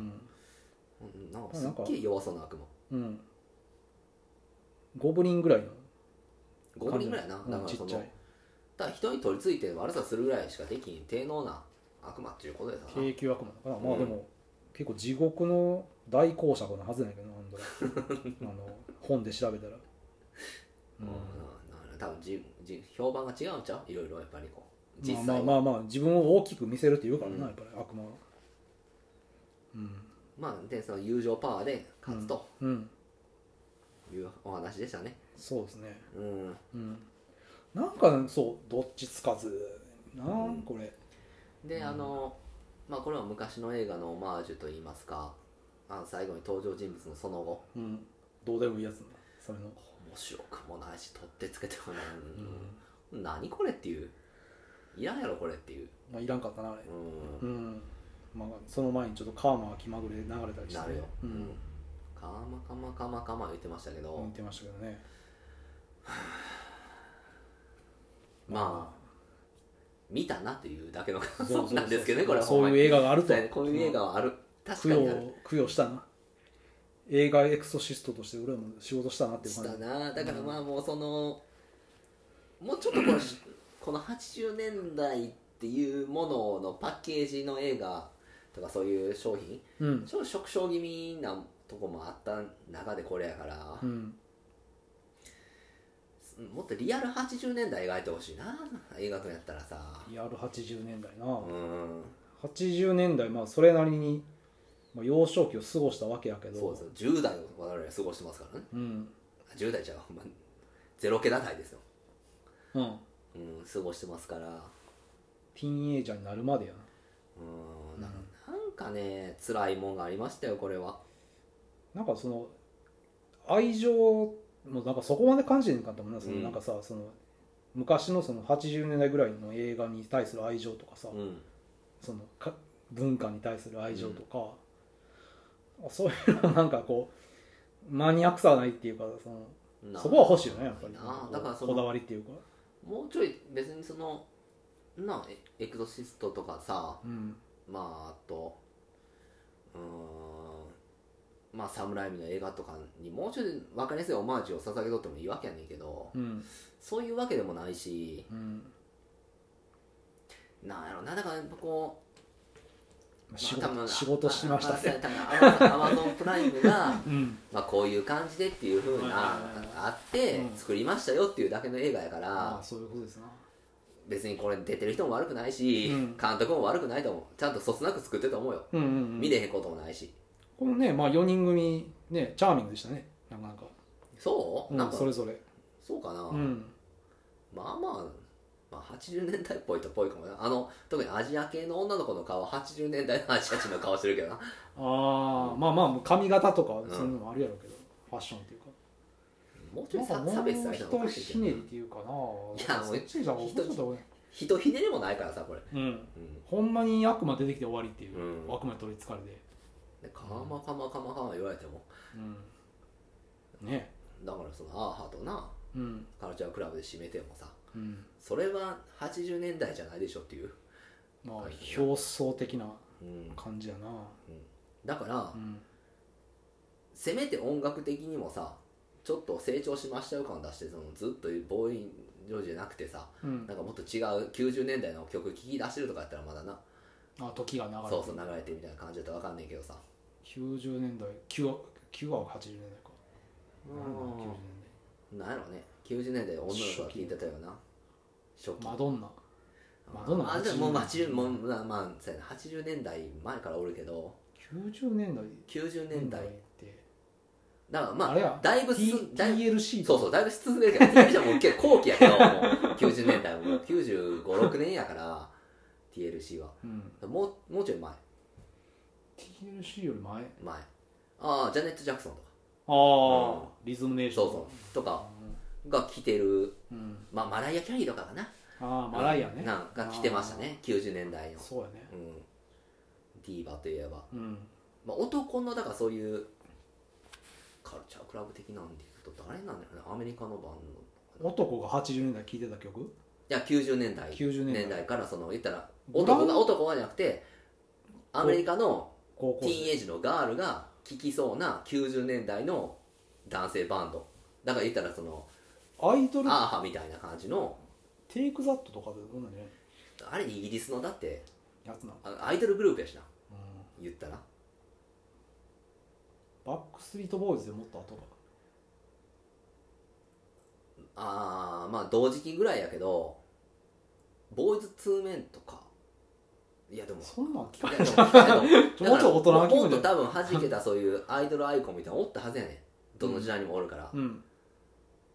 [SPEAKER 1] うんなんかすっげえ弱そうな悪魔
[SPEAKER 2] うん、ゴブリンぐらいの
[SPEAKER 1] 5人ぐらいやな、
[SPEAKER 2] うん
[SPEAKER 1] だから
[SPEAKER 2] ち
[SPEAKER 1] そ
[SPEAKER 2] っ
[SPEAKER 1] の
[SPEAKER 2] ちゃい
[SPEAKER 1] ただ人に取り付いて悪さするぐらいしかできん低能な悪魔っていうことでさ
[SPEAKER 2] 低級悪魔なのかな、ま
[SPEAKER 1] う
[SPEAKER 2] あ
[SPEAKER 1] ん
[SPEAKER 2] でも結構地獄の大公爵なはずないけどなアンドラ
[SPEAKER 1] *laughs*
[SPEAKER 2] あの本で調べたら、
[SPEAKER 1] う
[SPEAKER 2] うんん
[SPEAKER 1] だから多分じじ評判が違うんちゃういろいろやっぱりこう実際
[SPEAKER 2] まあ
[SPEAKER 1] は
[SPEAKER 2] まあまあまあ自分を大きく見せるって言うからな、
[SPEAKER 1] うん
[SPEAKER 2] やっぱり悪魔はうん
[SPEAKER 1] まあでその友情パワーで勝つと
[SPEAKER 2] うん
[SPEAKER 1] いうお話でしたね
[SPEAKER 2] そうですね
[SPEAKER 1] うん
[SPEAKER 2] うんなんかそうどっちつかずな、
[SPEAKER 1] うん
[SPEAKER 2] これ
[SPEAKER 1] であの、まあこれは昔の映画のオマージュといいますかあの最後に登場人物のその後
[SPEAKER 2] うんどうでもいいやつなそれの
[SPEAKER 1] 面白くもないし取ってつけてもない、うん何これっていういらんやろこれっていう、
[SPEAKER 2] まあ、いらんかったなあれ
[SPEAKER 1] うん
[SPEAKER 2] うんまあ、その前にちょっとカーマが気まぐれで流れたりして、
[SPEAKER 1] なるよ、
[SPEAKER 2] う
[SPEAKER 1] うんん、かまかまかまかま言ってましたけど、
[SPEAKER 2] 見てましたけどね
[SPEAKER 1] *sighs* まあ見たなというだけの
[SPEAKER 2] あ
[SPEAKER 1] 感想なんですけどねこれは
[SPEAKER 2] そういう映画がある
[SPEAKER 1] ほん
[SPEAKER 2] と
[SPEAKER 1] まにこういう映画はある確
[SPEAKER 2] 供
[SPEAKER 1] かにある
[SPEAKER 2] 養供養したな映画エクソシストとして俺らも仕事したなっていう
[SPEAKER 1] し
[SPEAKER 2] 感じ
[SPEAKER 1] たなだからまあもうそのもうちょっとこ *laughs* れこの80年代っていうもののパッケージの映画とかそういう商品
[SPEAKER 2] うん
[SPEAKER 1] ちょっと食傷気味なとこもあった中でこれやから
[SPEAKER 2] う、ん
[SPEAKER 1] もっとリアル80年代描いてほしいな映画館やったらさ
[SPEAKER 2] リアル80年代な、
[SPEAKER 1] うん
[SPEAKER 2] 80年代まあそれなりに、まあ、幼少期を過ごしたわけやけど
[SPEAKER 1] そうですよ10代を我々は過ごしてますからね
[SPEAKER 2] うん
[SPEAKER 1] あ10代じゃうほんまにゼロ桁台ですよ、
[SPEAKER 2] うん
[SPEAKER 1] うん、過ごしてますから
[SPEAKER 2] ティーンエイジャーになるまでやな
[SPEAKER 1] うんなんかなんかね辛いもんがありましたよこれは
[SPEAKER 2] なんかその愛情もなんかそこまで感じてんかったもんなその
[SPEAKER 1] うん
[SPEAKER 2] なんかさ、その昔のその80年代ぐらいの映画に対する愛情とかさ、
[SPEAKER 1] うん
[SPEAKER 2] そのか文化に対する愛情とか、そういうのなんかこうマニアックさはないっていうかその
[SPEAKER 1] な
[SPEAKER 2] そこは欲しいよねやっぱり
[SPEAKER 1] なだからそ
[SPEAKER 2] こだ
[SPEAKER 1] の
[SPEAKER 2] わりっていうか、
[SPEAKER 1] もうちょい別にそのなエエクソシストとかさ
[SPEAKER 2] うん、
[SPEAKER 1] まああとうーんまあ侍海の映画とかにもうちょい分かりやすいオマージュを捧げとってもいいわけやねんけど
[SPEAKER 2] うん
[SPEAKER 1] そういうわけでもないし
[SPEAKER 2] うん
[SPEAKER 1] なんやろなだからやっぱこう
[SPEAKER 2] まあ仕
[SPEAKER 1] まあ多分
[SPEAKER 2] 事仕事しました
[SPEAKER 1] あ
[SPEAKER 2] ね、
[SPEAKER 1] あ多分アマゾンプライムが
[SPEAKER 2] うん
[SPEAKER 1] まあこういう感じでっていうふう
[SPEAKER 2] は
[SPEAKER 1] ない
[SPEAKER 2] はいはい
[SPEAKER 1] あって
[SPEAKER 2] うん
[SPEAKER 1] 作りましたよっていうだけの映画やか
[SPEAKER 2] あ
[SPEAKER 1] ら
[SPEAKER 2] あそういうことですな
[SPEAKER 1] 別にこれ出てる人も悪くないし
[SPEAKER 2] うん
[SPEAKER 1] 監督も悪くないと思うちゃんとそつなく作ってると思うよ
[SPEAKER 2] うんうん、うん、
[SPEAKER 1] 見れへんこともないし
[SPEAKER 2] このねまあ4人組ねチャーミングでしたねなかなか、
[SPEAKER 1] そううなん
[SPEAKER 2] ん、
[SPEAKER 1] か
[SPEAKER 2] それぞれ
[SPEAKER 1] そうかな
[SPEAKER 2] うん
[SPEAKER 1] まあまあまあ80年代っぽいとっぽいかもなあの特にアジア系の女の子の顔は80年代のアジア人の顔してるけど
[SPEAKER 2] *laughs*
[SPEAKER 1] な
[SPEAKER 2] ああまあまあもう髪型とか
[SPEAKER 1] ん
[SPEAKER 2] そういうのもあるやろうけど、ファッションっていうか
[SPEAKER 1] もうちょ
[SPEAKER 2] ないんか
[SPEAKER 1] さ
[SPEAKER 2] も
[SPEAKER 1] 差別
[SPEAKER 2] う
[SPEAKER 1] されたのお
[SPEAKER 2] 人
[SPEAKER 1] かしいけ
[SPEAKER 2] ひ
[SPEAKER 1] ど
[SPEAKER 2] ね
[SPEAKER 1] な
[SPEAKER 2] りっていうかな
[SPEAKER 1] やもう
[SPEAKER 2] そっちじゃ面白かった俺
[SPEAKER 1] 人ひねりもないからさこれ
[SPEAKER 2] うん
[SPEAKER 1] うん
[SPEAKER 2] ほんまに悪魔出てきて終わりっていう、
[SPEAKER 1] うん
[SPEAKER 2] 悪魔に取りつかれて、
[SPEAKER 1] でかまかまかまかま言われても
[SPEAKER 2] うん、ね
[SPEAKER 1] だからそのアーハとな
[SPEAKER 2] うん
[SPEAKER 1] カルチャークラブで締めてもさ
[SPEAKER 2] うん
[SPEAKER 1] それは80年代じゃないでしょっていう、
[SPEAKER 2] まあ
[SPEAKER 1] はい
[SPEAKER 2] 表層的な
[SPEAKER 1] うん
[SPEAKER 2] 感じやな
[SPEAKER 1] だから、
[SPEAKER 2] うん
[SPEAKER 1] せめて音楽的にもさちょっと成長しましたよ感出してそのずっとボーイジョージじゃなくてさ
[SPEAKER 2] うん
[SPEAKER 1] なんかもっと違う90年代の曲聴き出してるとかやったらまだな
[SPEAKER 2] あ時が流れて
[SPEAKER 1] そうそう流れてみたいな感じだと分かんないけどさ
[SPEAKER 2] 90年代9話9話は80年代か90年
[SPEAKER 1] なんやろね90年代女の子が聞いてたような初
[SPEAKER 2] 代マドンナマドンナ
[SPEAKER 1] あでももう80
[SPEAKER 2] 80
[SPEAKER 1] もうまあまあそうやな80年代前からおるけど
[SPEAKER 2] 90年代
[SPEAKER 1] 90年代
[SPEAKER 2] って
[SPEAKER 1] だからま
[SPEAKER 2] あれや
[SPEAKER 1] あだいぶす
[SPEAKER 2] T-
[SPEAKER 1] だい
[SPEAKER 2] TLC
[SPEAKER 1] そうそうだいぶ進んでるけど TLC はもう結構後期やけどもう90年代もう956年やから TLC は
[SPEAKER 2] うん
[SPEAKER 1] もうもうちょい前
[SPEAKER 2] TLC より前あ
[SPEAKER 1] 前ああジャネット・ジャクソンとか
[SPEAKER 2] あ、リズムネーショ
[SPEAKER 1] そ
[SPEAKER 2] ン
[SPEAKER 1] うそうとかが来てる
[SPEAKER 2] うん、
[SPEAKER 1] まあマライア・キャリーとかかな
[SPEAKER 2] ああマライアね
[SPEAKER 1] なんか来てましたね90年代の
[SPEAKER 2] そうやね
[SPEAKER 1] うんディーバといえば、
[SPEAKER 2] うん
[SPEAKER 1] まあ、男のだからそういうカルチャークラブ的なんで言うと誰なんだろうねアメリカのバンドい
[SPEAKER 2] 男が80年代聴いてた曲
[SPEAKER 1] や90年代
[SPEAKER 2] 90年代
[SPEAKER 1] からその言ったら
[SPEAKER 2] ブラウン
[SPEAKER 1] 男が男がじゃなくてアメリカの
[SPEAKER 2] 高校
[SPEAKER 1] ティーンエ
[SPEAKER 2] 生
[SPEAKER 1] イジのガールが聴きそうな90年代の男性バンドだから言ったらその
[SPEAKER 2] アイドル
[SPEAKER 1] アーハみたいな感じの
[SPEAKER 2] テイクザットとかでどんなんじゃない
[SPEAKER 1] あれイギリスのだって
[SPEAKER 2] やつなの、
[SPEAKER 1] あアイドルグループやしな
[SPEAKER 2] うん、
[SPEAKER 1] 言ったら
[SPEAKER 2] バックストリートボーイズでもっと後か
[SPEAKER 1] ああまあ同時期ぐらいやけどボーイズ2メンとかいやでも
[SPEAKER 2] そんなん聞か
[SPEAKER 1] い
[SPEAKER 2] な
[SPEAKER 1] やでも
[SPEAKER 2] い
[SPEAKER 1] いやでも
[SPEAKER 2] もうちょっと大人な
[SPEAKER 1] だから
[SPEAKER 2] 気
[SPEAKER 1] も
[SPEAKER 2] 分
[SPEAKER 1] っ
[SPEAKER 2] で
[SPEAKER 1] と多分弾けたそういうアイドルアイコンみたいなのおったはずやねんどの時代にもおるから、
[SPEAKER 2] うん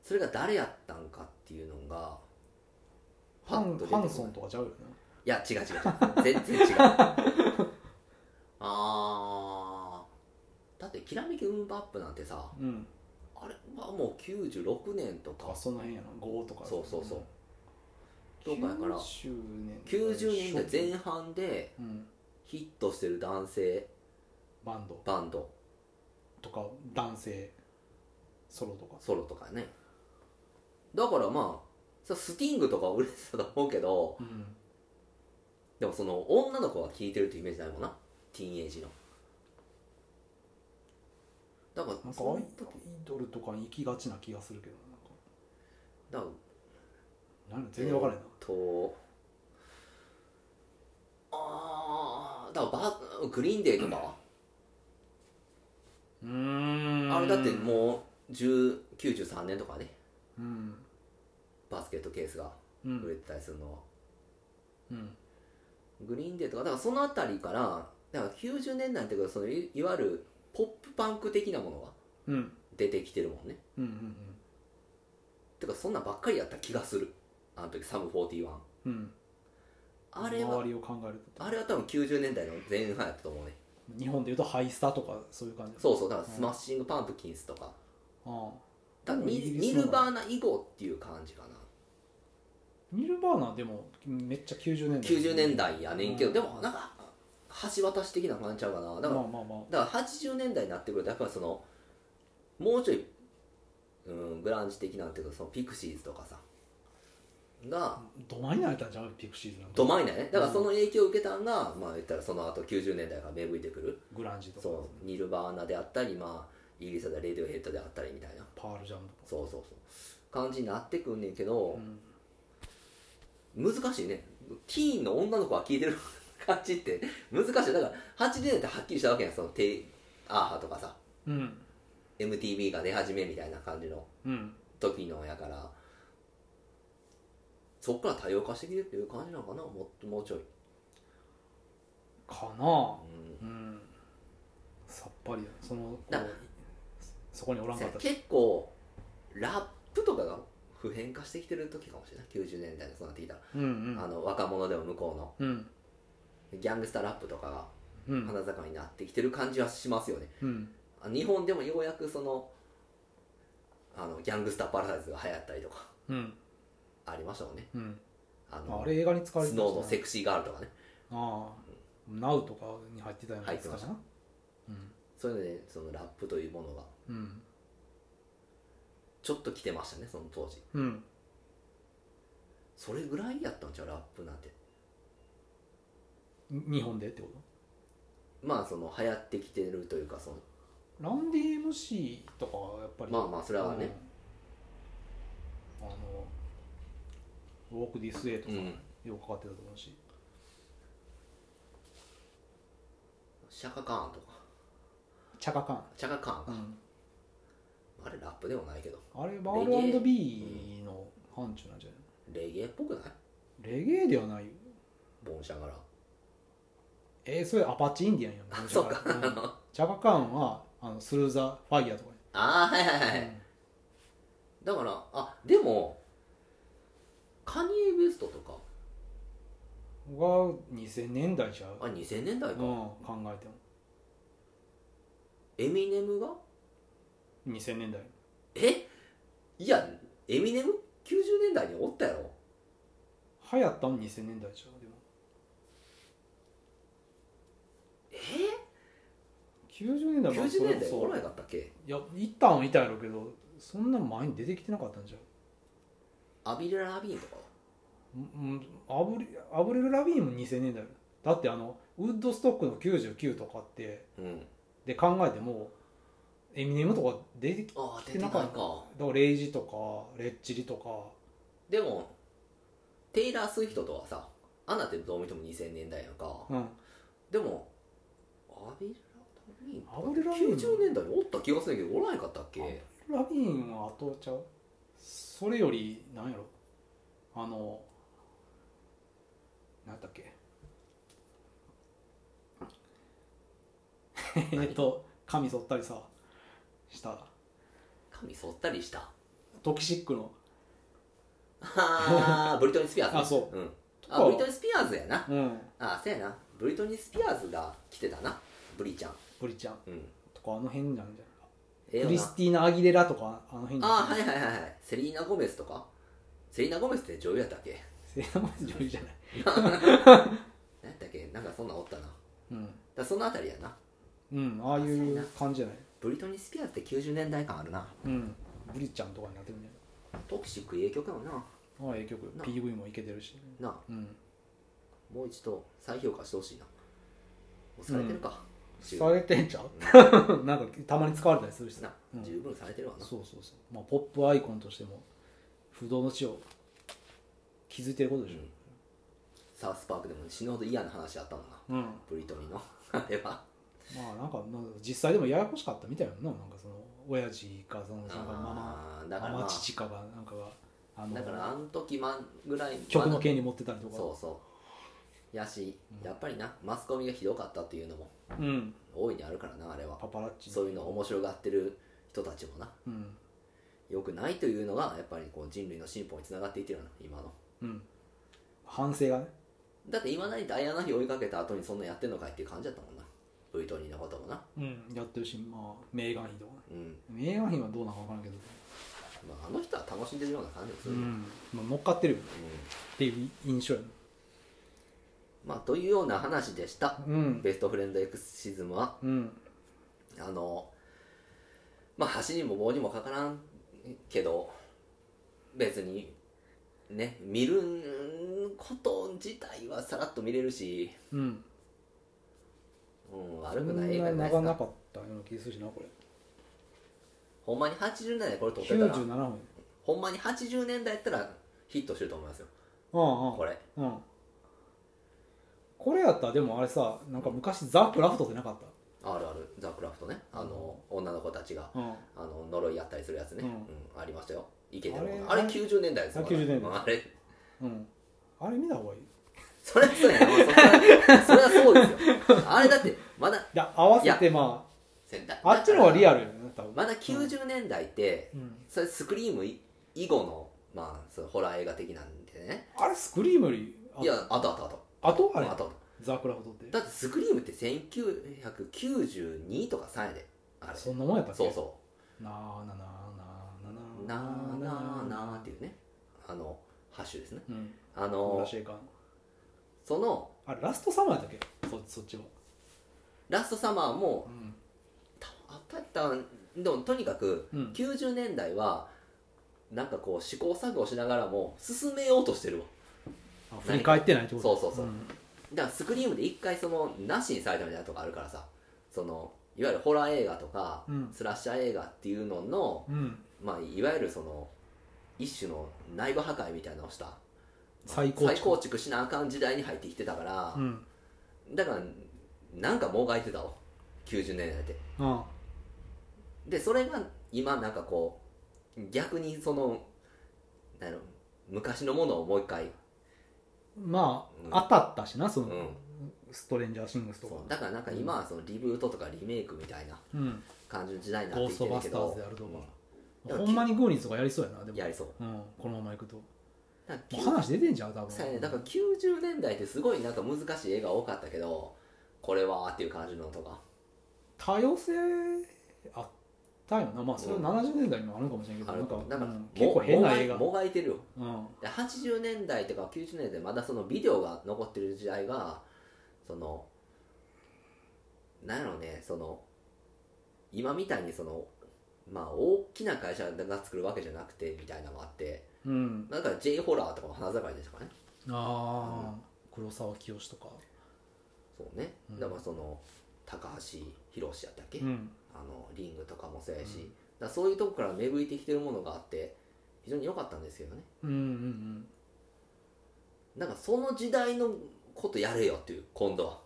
[SPEAKER 1] それが誰やったんかっていうのがパ
[SPEAKER 2] ハ
[SPEAKER 1] ッと出
[SPEAKER 2] ン
[SPEAKER 1] てこ
[SPEAKER 2] ハ
[SPEAKER 1] ない
[SPEAKER 2] ンソンとかちゃうよね
[SPEAKER 1] いや
[SPEAKER 2] *laughs*
[SPEAKER 1] 違う違う違う全然違うああだって「きらめきウンバップ」なんてさ
[SPEAKER 2] うん
[SPEAKER 1] あれはもう96年と
[SPEAKER 2] とか
[SPEAKER 1] か
[SPEAKER 2] その辺やな5とか
[SPEAKER 1] そうそうそうとかやから
[SPEAKER 2] 90年代
[SPEAKER 1] 90年代前半で
[SPEAKER 2] うん
[SPEAKER 1] ヒットしてる男性
[SPEAKER 2] バンド
[SPEAKER 1] バンド
[SPEAKER 2] とか男性ソロとか
[SPEAKER 1] ソロとかねだからまあさスティングとかは売れてたと思うけど
[SPEAKER 2] うん
[SPEAKER 1] でもその女の子が聴いてるってイメージないもんなティーンエイジのだから
[SPEAKER 2] なんか
[SPEAKER 1] そ
[SPEAKER 2] ア
[SPEAKER 1] の
[SPEAKER 2] イドルとかに行きがちな気がするけどなんか
[SPEAKER 1] だから
[SPEAKER 2] なんか全然わからへんな、
[SPEAKER 1] とああだからバグリーンデーとかは
[SPEAKER 2] うーん
[SPEAKER 1] あれだってもう10 93年とかね
[SPEAKER 2] うん
[SPEAKER 1] バスケットケースが
[SPEAKER 2] う
[SPEAKER 1] 売れ
[SPEAKER 2] ん
[SPEAKER 1] てたりするのは
[SPEAKER 2] うん
[SPEAKER 1] グリーンデーとかだからそのあたりからだから90年代っていうかそのいいわゆるポップパンク的なものが
[SPEAKER 2] うんうん
[SPEAKER 1] 出てきてるもんね
[SPEAKER 2] うん
[SPEAKER 1] てかそんなんばっかりやった気がするあの時サム41
[SPEAKER 2] うんうん
[SPEAKER 1] あれは
[SPEAKER 2] 周りを考えると
[SPEAKER 1] あれは多分90年代の前半やったと思うね
[SPEAKER 2] 日本でいうとハイスタとかそういう感じ
[SPEAKER 1] そうそうだからスマッシングパンプキンスとか
[SPEAKER 2] ああ
[SPEAKER 1] だからニ
[SPEAKER 2] イギリ
[SPEAKER 1] ニ
[SPEAKER 2] スの
[SPEAKER 1] ルバーナ以後っていう感じかな
[SPEAKER 2] ニルバーナでもめっちゃ90年代
[SPEAKER 1] 90年代やねんけど、
[SPEAKER 2] うん
[SPEAKER 1] でもなんか橋渡し的な感じちゃうかなだから
[SPEAKER 2] まあまあまあ
[SPEAKER 1] だから80年代になってくるとやっぱりそのもうちょい、うん、グランジ的なんていうかそのピクシーズとかさが
[SPEAKER 2] どないなれたんじゃんピクシーズなん
[SPEAKER 1] ど
[SPEAKER 2] か
[SPEAKER 1] まいなねだからその影響を受けたんが、まあ言ったらその後90年代から芽吹いてくる
[SPEAKER 2] グランジとか
[SPEAKER 1] そうニルバーナであったりまあイギリスではレディオヘッドであったりみたいな
[SPEAKER 2] パールジャムとか
[SPEAKER 1] そうそうそう感じになってくんねんけど
[SPEAKER 2] う、ん
[SPEAKER 1] 難しいねティーンの女の子が聴いてる感じって難しいだから80年代ってはっきりしたわけやんそのテイアーハとかさ
[SPEAKER 2] うん、
[SPEAKER 1] MTV が出始めみたいな感じの
[SPEAKER 2] うん、
[SPEAKER 1] 時のやからそっから多様化してきてるっていう感じなのかなもっともうちょい、
[SPEAKER 2] かな
[SPEAKER 1] うん
[SPEAKER 2] うんさっぱりやその
[SPEAKER 1] だ
[SPEAKER 2] こうそこにおらんかったし
[SPEAKER 1] 結構ラップとかが普遍化してきてる時かもしれない90年代のそうなってきたら、
[SPEAKER 2] うんうん
[SPEAKER 1] あの若者でも向こ
[SPEAKER 2] うん
[SPEAKER 1] うのギャングスターラップとかが
[SPEAKER 2] うん
[SPEAKER 1] 花盛りになってきてる感じはしますよね
[SPEAKER 2] うん
[SPEAKER 1] あ日本でもようやくそのあのギャングスターパラダイスが流行ったりとか
[SPEAKER 2] うん
[SPEAKER 1] ありましたもんね
[SPEAKER 2] うん
[SPEAKER 1] あの
[SPEAKER 2] あれ映画に使われ
[SPEAKER 1] ス
[SPEAKER 2] てたし
[SPEAKER 1] ノーのセクシーガールとかね
[SPEAKER 2] ああナウとかに入ってたようなやつかな
[SPEAKER 1] そういうのでそのラップというものが
[SPEAKER 2] うん
[SPEAKER 1] ちょっと来てましたねその当時
[SPEAKER 2] うん、うん、
[SPEAKER 1] それぐらいやったんちゃうラップなんて
[SPEAKER 2] 日本でってこと
[SPEAKER 1] まあその流行ってきてるというかその
[SPEAKER 2] ランディ MC とかはやっぱり
[SPEAKER 1] まあまあそれはね、
[SPEAKER 2] うんあのウォークディスウェイと
[SPEAKER 1] う
[SPEAKER 2] か
[SPEAKER 1] ん
[SPEAKER 2] よくかかってたと思うし、
[SPEAKER 1] シャカカーンとか
[SPEAKER 2] チャカカン、
[SPEAKER 1] チャカカーン
[SPEAKER 2] う
[SPEAKER 1] か、
[SPEAKER 2] ん、
[SPEAKER 1] あれラップでもないけど
[SPEAKER 2] あれは R&B の範疇なんじゃ
[SPEAKER 1] レゲエっぽくない
[SPEAKER 2] ないレゲエではないよ
[SPEAKER 1] ボンシャガラ
[SPEAKER 2] えー、それアパッチインディアンやん
[SPEAKER 1] あ *laughs* そうか
[SPEAKER 2] うんチャカカンはあのスルーザ・ファイヤーとか
[SPEAKER 1] ああはいはいは
[SPEAKER 2] ね、
[SPEAKER 1] い、だからあでもカニエ・ウエストとか
[SPEAKER 2] うんが2000年代ちゃう、
[SPEAKER 1] あ2000年代
[SPEAKER 2] うん、
[SPEAKER 1] か、
[SPEAKER 2] 考えて
[SPEAKER 1] エミネムが
[SPEAKER 2] も2000年代
[SPEAKER 1] えいやエミネム90年代におったやろ
[SPEAKER 2] 流行ったん2000年代ちゃうでも
[SPEAKER 1] え
[SPEAKER 2] 90年代は
[SPEAKER 1] 90年代
[SPEAKER 2] そ
[SPEAKER 1] お
[SPEAKER 2] う
[SPEAKER 1] らへんかったっけ
[SPEAKER 2] いや一旦はいたやろうけどそんな前に出てきてなかったんじゃ
[SPEAKER 1] アビレラ・ラビーンとかは
[SPEAKER 2] うんうんアブリアブリル・ラビーンも2000年代だってあのウッドストックの99とかって
[SPEAKER 1] うん
[SPEAKER 2] で考えてもエミネムとか出てき
[SPEAKER 1] ああ
[SPEAKER 2] 来
[SPEAKER 1] 出
[SPEAKER 2] て
[SPEAKER 1] てな
[SPEAKER 2] ないかった
[SPEAKER 1] か
[SPEAKER 2] だからレイジとかレッチリとか
[SPEAKER 1] でもテイラー・スウィフトとはさアナってどう見ても2000年代やんか
[SPEAKER 2] うん
[SPEAKER 1] でもアビレラ・ラビーン
[SPEAKER 2] アブリルラビーン
[SPEAKER 1] 90年代におった気がするんやけどおらへんかったっけ
[SPEAKER 2] ラビーンは後ちゃうそれよりなんやろあのなんだっけ *laughs* えっと髪剃ったりさした
[SPEAKER 1] 髪剃ったりした
[SPEAKER 2] トキシックの *laughs*
[SPEAKER 1] あーブリトニー・スピアーズ、
[SPEAKER 2] あそう
[SPEAKER 1] ん、
[SPEAKER 2] とか
[SPEAKER 1] あブリトニー・スピアーズやな
[SPEAKER 2] うん
[SPEAKER 1] あそうやなブリトニー・スピアーズが来てたなブリちゃん
[SPEAKER 2] ブリちゃん
[SPEAKER 1] うん
[SPEAKER 2] とかあの辺なんじ
[SPEAKER 1] ええ
[SPEAKER 2] ゃない
[SPEAKER 1] よ
[SPEAKER 2] クリス
[SPEAKER 1] な
[SPEAKER 2] ティーナ・アギレラとかあの辺じゃ
[SPEAKER 1] あ
[SPEAKER 2] な
[SPEAKER 1] ーはいはいはいはいセリーナ・ゴメスとかセリーナ・ゴメスって女優やったっけ
[SPEAKER 2] セレナ・ゴメス女優じゃない
[SPEAKER 1] 何やったっけなんかそんなんおったなだか
[SPEAKER 2] うん、
[SPEAKER 1] らそのあたりやな
[SPEAKER 2] うん、ああいう感じじゃない
[SPEAKER 1] ブリトニー・スピアーズって90年代感あるな
[SPEAKER 2] うんブリちゃんとかになってるんじ
[SPEAKER 1] トキシックええ曲やもんな
[SPEAKER 2] ゃないああええ曲
[SPEAKER 1] な
[SPEAKER 2] PV もいけてるし
[SPEAKER 1] なあ
[SPEAKER 2] うん
[SPEAKER 1] もう一度再評価してほしいなもうされてるか、十
[SPEAKER 2] さ
[SPEAKER 1] 分
[SPEAKER 2] れてんちゃう *laughs* なんかたまに使われたりするしさ
[SPEAKER 1] な、
[SPEAKER 2] うん
[SPEAKER 1] 十分されてるわな
[SPEAKER 2] そうそうそう、まあ、ポップアイコンとしても不動の地を築いてることでし
[SPEAKER 1] サウスパークでも死ぬほど嫌な話あったもんな
[SPEAKER 2] ょうん、
[SPEAKER 1] ブリトニーのあれは
[SPEAKER 2] まあなんかまあ実際でもややこしかったみたいやもんななんかその親父かそのなんかママ
[SPEAKER 1] あーだから、
[SPEAKER 2] マ
[SPEAKER 1] ま
[SPEAKER 2] マ
[SPEAKER 1] あ、
[SPEAKER 2] 父かがなんかがあの
[SPEAKER 1] だからあの時まんぐらい
[SPEAKER 2] 曲の
[SPEAKER 1] ま
[SPEAKER 2] 権利持ってたりと
[SPEAKER 1] だ
[SPEAKER 2] か
[SPEAKER 1] そうそうやしやっぱりなマスコミがひどかったっていうのも
[SPEAKER 2] うん、
[SPEAKER 1] 大いにあるからなあれは
[SPEAKER 2] パパラッチ
[SPEAKER 1] そういうのを面白がってる人たちもな
[SPEAKER 2] うん
[SPEAKER 1] 良くないというのがやっぱりこう人類の進歩につながっていってるよな今の
[SPEAKER 2] うん反省がね
[SPEAKER 1] だって今何ダイアナ妃追いかけた後にそんなんやってんのかいっていう感じだったもんなブリトニーのこともな
[SPEAKER 2] うんやってるしまあメーガン妃とかね
[SPEAKER 1] うん、
[SPEAKER 2] メーガン妃はどうなのか分からんけど
[SPEAKER 1] まあ、あの人は楽しんでるような感じがす
[SPEAKER 2] う
[SPEAKER 1] る、うん
[SPEAKER 2] ん、まあ、乗っかってるよねっていう印象やね
[SPEAKER 1] まあというような話でした
[SPEAKER 2] うん
[SPEAKER 1] ベストフレンドエクシズムは
[SPEAKER 2] うん
[SPEAKER 1] あのまあ箸にも棒にもかからんけど別にね見ること自体はさらっと見れるし、
[SPEAKER 2] うん
[SPEAKER 1] うん、
[SPEAKER 2] そ
[SPEAKER 1] 悪く
[SPEAKER 2] ん
[SPEAKER 1] ない映画
[SPEAKER 2] な
[SPEAKER 1] じゃないで
[SPEAKER 2] 長
[SPEAKER 1] す
[SPEAKER 2] な
[SPEAKER 1] か
[SPEAKER 2] かったような気がするしなこれ
[SPEAKER 1] ほんまに80年代これ撮ってたら
[SPEAKER 2] 97分
[SPEAKER 1] ほんまに80年代やったらヒットしてると思いますよ
[SPEAKER 2] うん
[SPEAKER 1] これ
[SPEAKER 2] うんうんこれやったらでもあれさなんか昔ザ・クラフトってなかっ
[SPEAKER 1] あるあるザ・クラフトねあの女の子たちが
[SPEAKER 2] たうん
[SPEAKER 1] あの呪いやったりするやつね、
[SPEAKER 2] う
[SPEAKER 1] うんんありましたよイケてるもの
[SPEAKER 2] あ
[SPEAKER 1] あ
[SPEAKER 2] れ
[SPEAKER 1] れ90年代ですよ
[SPEAKER 2] あ90年代
[SPEAKER 1] まだうんあれ
[SPEAKER 2] うんあれ見た方がいいい
[SPEAKER 1] それはそうやな、まあそそれはそうですよあれだってまだ
[SPEAKER 2] や合わせ
[SPEAKER 1] い
[SPEAKER 2] てま
[SPEAKER 1] だ
[SPEAKER 2] ああっちの方がリ
[SPEAKER 1] ア
[SPEAKER 2] アルよね多分
[SPEAKER 1] まだ90年代って、
[SPEAKER 2] うん
[SPEAKER 1] それスクリーム以後のまあそうホラー映画的なんでね
[SPEAKER 2] あれスクリームよりあ
[SPEAKER 1] いやあとあとあと
[SPEAKER 2] あとあれ
[SPEAKER 1] あと
[SPEAKER 2] ザ・クラフトって
[SPEAKER 1] だってスクリームって1992とか3やであれそ
[SPEAKER 2] そんなもんやったっけ
[SPEAKER 1] うそう
[SPEAKER 2] なあなあな
[SPEAKER 1] 「
[SPEAKER 2] あな
[SPEAKER 1] なー
[SPEAKER 2] あなあ
[SPEAKER 1] な
[SPEAKER 2] あ
[SPEAKER 1] ー
[SPEAKER 2] なあ
[SPEAKER 1] なー」っていうねあのハッシュですね
[SPEAKER 2] うん
[SPEAKER 1] あ
[SPEAKER 2] ブ
[SPEAKER 1] の
[SPEAKER 2] ラシェイカーの
[SPEAKER 1] その
[SPEAKER 2] あれラストサマーだっけそそっちは
[SPEAKER 1] ラストサマーも
[SPEAKER 2] うん
[SPEAKER 1] たあったやったんでもとにかく
[SPEAKER 2] うん
[SPEAKER 1] 90年代はなんかこう試行錯誤しながらも進めようとしてるわ
[SPEAKER 2] あ振り返ってないってこと
[SPEAKER 1] そうそうそうんだからスクリームで一回そのなしにされたみたいなとこあるからさそのいわゆるホラー映画とか、
[SPEAKER 2] うん
[SPEAKER 1] スラッシャー映画っていうのの、
[SPEAKER 2] うん
[SPEAKER 1] まあ、いわゆるその一種の内部破壊みたいなのをした
[SPEAKER 2] 再構築
[SPEAKER 1] しなあかん時代に入ってきてたから、
[SPEAKER 2] うん
[SPEAKER 1] だからなんかもがいてたわ90年代って
[SPEAKER 2] うん
[SPEAKER 1] でそれが今なんかこう逆にそのなんやろ昔のものをもう一回、
[SPEAKER 2] ま
[SPEAKER 1] うん
[SPEAKER 2] あ、当たったしなその、
[SPEAKER 1] うん
[SPEAKER 2] ストレンジャーシングスとか
[SPEAKER 1] そうだからなんか今はそのリブートとかリメイクみたいな
[SPEAKER 2] うん
[SPEAKER 1] 感じの時代にな
[SPEAKER 2] ゴ
[SPEAKER 1] っ
[SPEAKER 2] ー
[SPEAKER 1] て
[SPEAKER 2] ス
[SPEAKER 1] きて
[SPEAKER 2] ト
[SPEAKER 1] る
[SPEAKER 2] バ
[SPEAKER 1] け
[SPEAKER 2] スターズ
[SPEAKER 1] ど
[SPEAKER 2] であるとか、
[SPEAKER 1] うん
[SPEAKER 2] ほんまにゴーリンズとかやりそうやなでも
[SPEAKER 1] やりそう
[SPEAKER 2] うん、このままいくとも
[SPEAKER 1] だか
[SPEAKER 2] う
[SPEAKER 1] ら
[SPEAKER 2] 話出てんじゃん多
[SPEAKER 1] そうや
[SPEAKER 2] 分
[SPEAKER 1] ねだから90年代ってすごいなんか難しい映画多かったけどこれはっていう感じのとか
[SPEAKER 2] 多様性あったよなまあそれは
[SPEAKER 1] うん
[SPEAKER 2] 70年代にもあるのかもしれんけど、
[SPEAKER 1] あ
[SPEAKER 2] な
[SPEAKER 1] る
[SPEAKER 2] んか
[SPEAKER 1] とだから
[SPEAKER 2] う
[SPEAKER 1] も
[SPEAKER 2] ん結構変な映画
[SPEAKER 1] もがいもがいてるよ
[SPEAKER 2] うん
[SPEAKER 1] で80年代とか90年代まだそのビデオが残ってる時代がそのなんやろうねその今みたいにそのまあ大きな会社が作るわけじゃなくてみたいなのもあって
[SPEAKER 2] うん
[SPEAKER 1] だから J ホラーとかも花盛りでしたかね
[SPEAKER 2] ああ、黒沢清とか
[SPEAKER 1] そうね
[SPEAKER 2] うん
[SPEAKER 1] だからその高橋宏やったっけ、
[SPEAKER 2] うん
[SPEAKER 1] あのリングとかもそうやし、
[SPEAKER 2] う
[SPEAKER 1] だ
[SPEAKER 2] ん
[SPEAKER 1] からそういうとこから芽吹いてきてるものがあって非常に良かったんですけどね
[SPEAKER 2] うんうん
[SPEAKER 1] なんかその時代のことやれよっていう今度は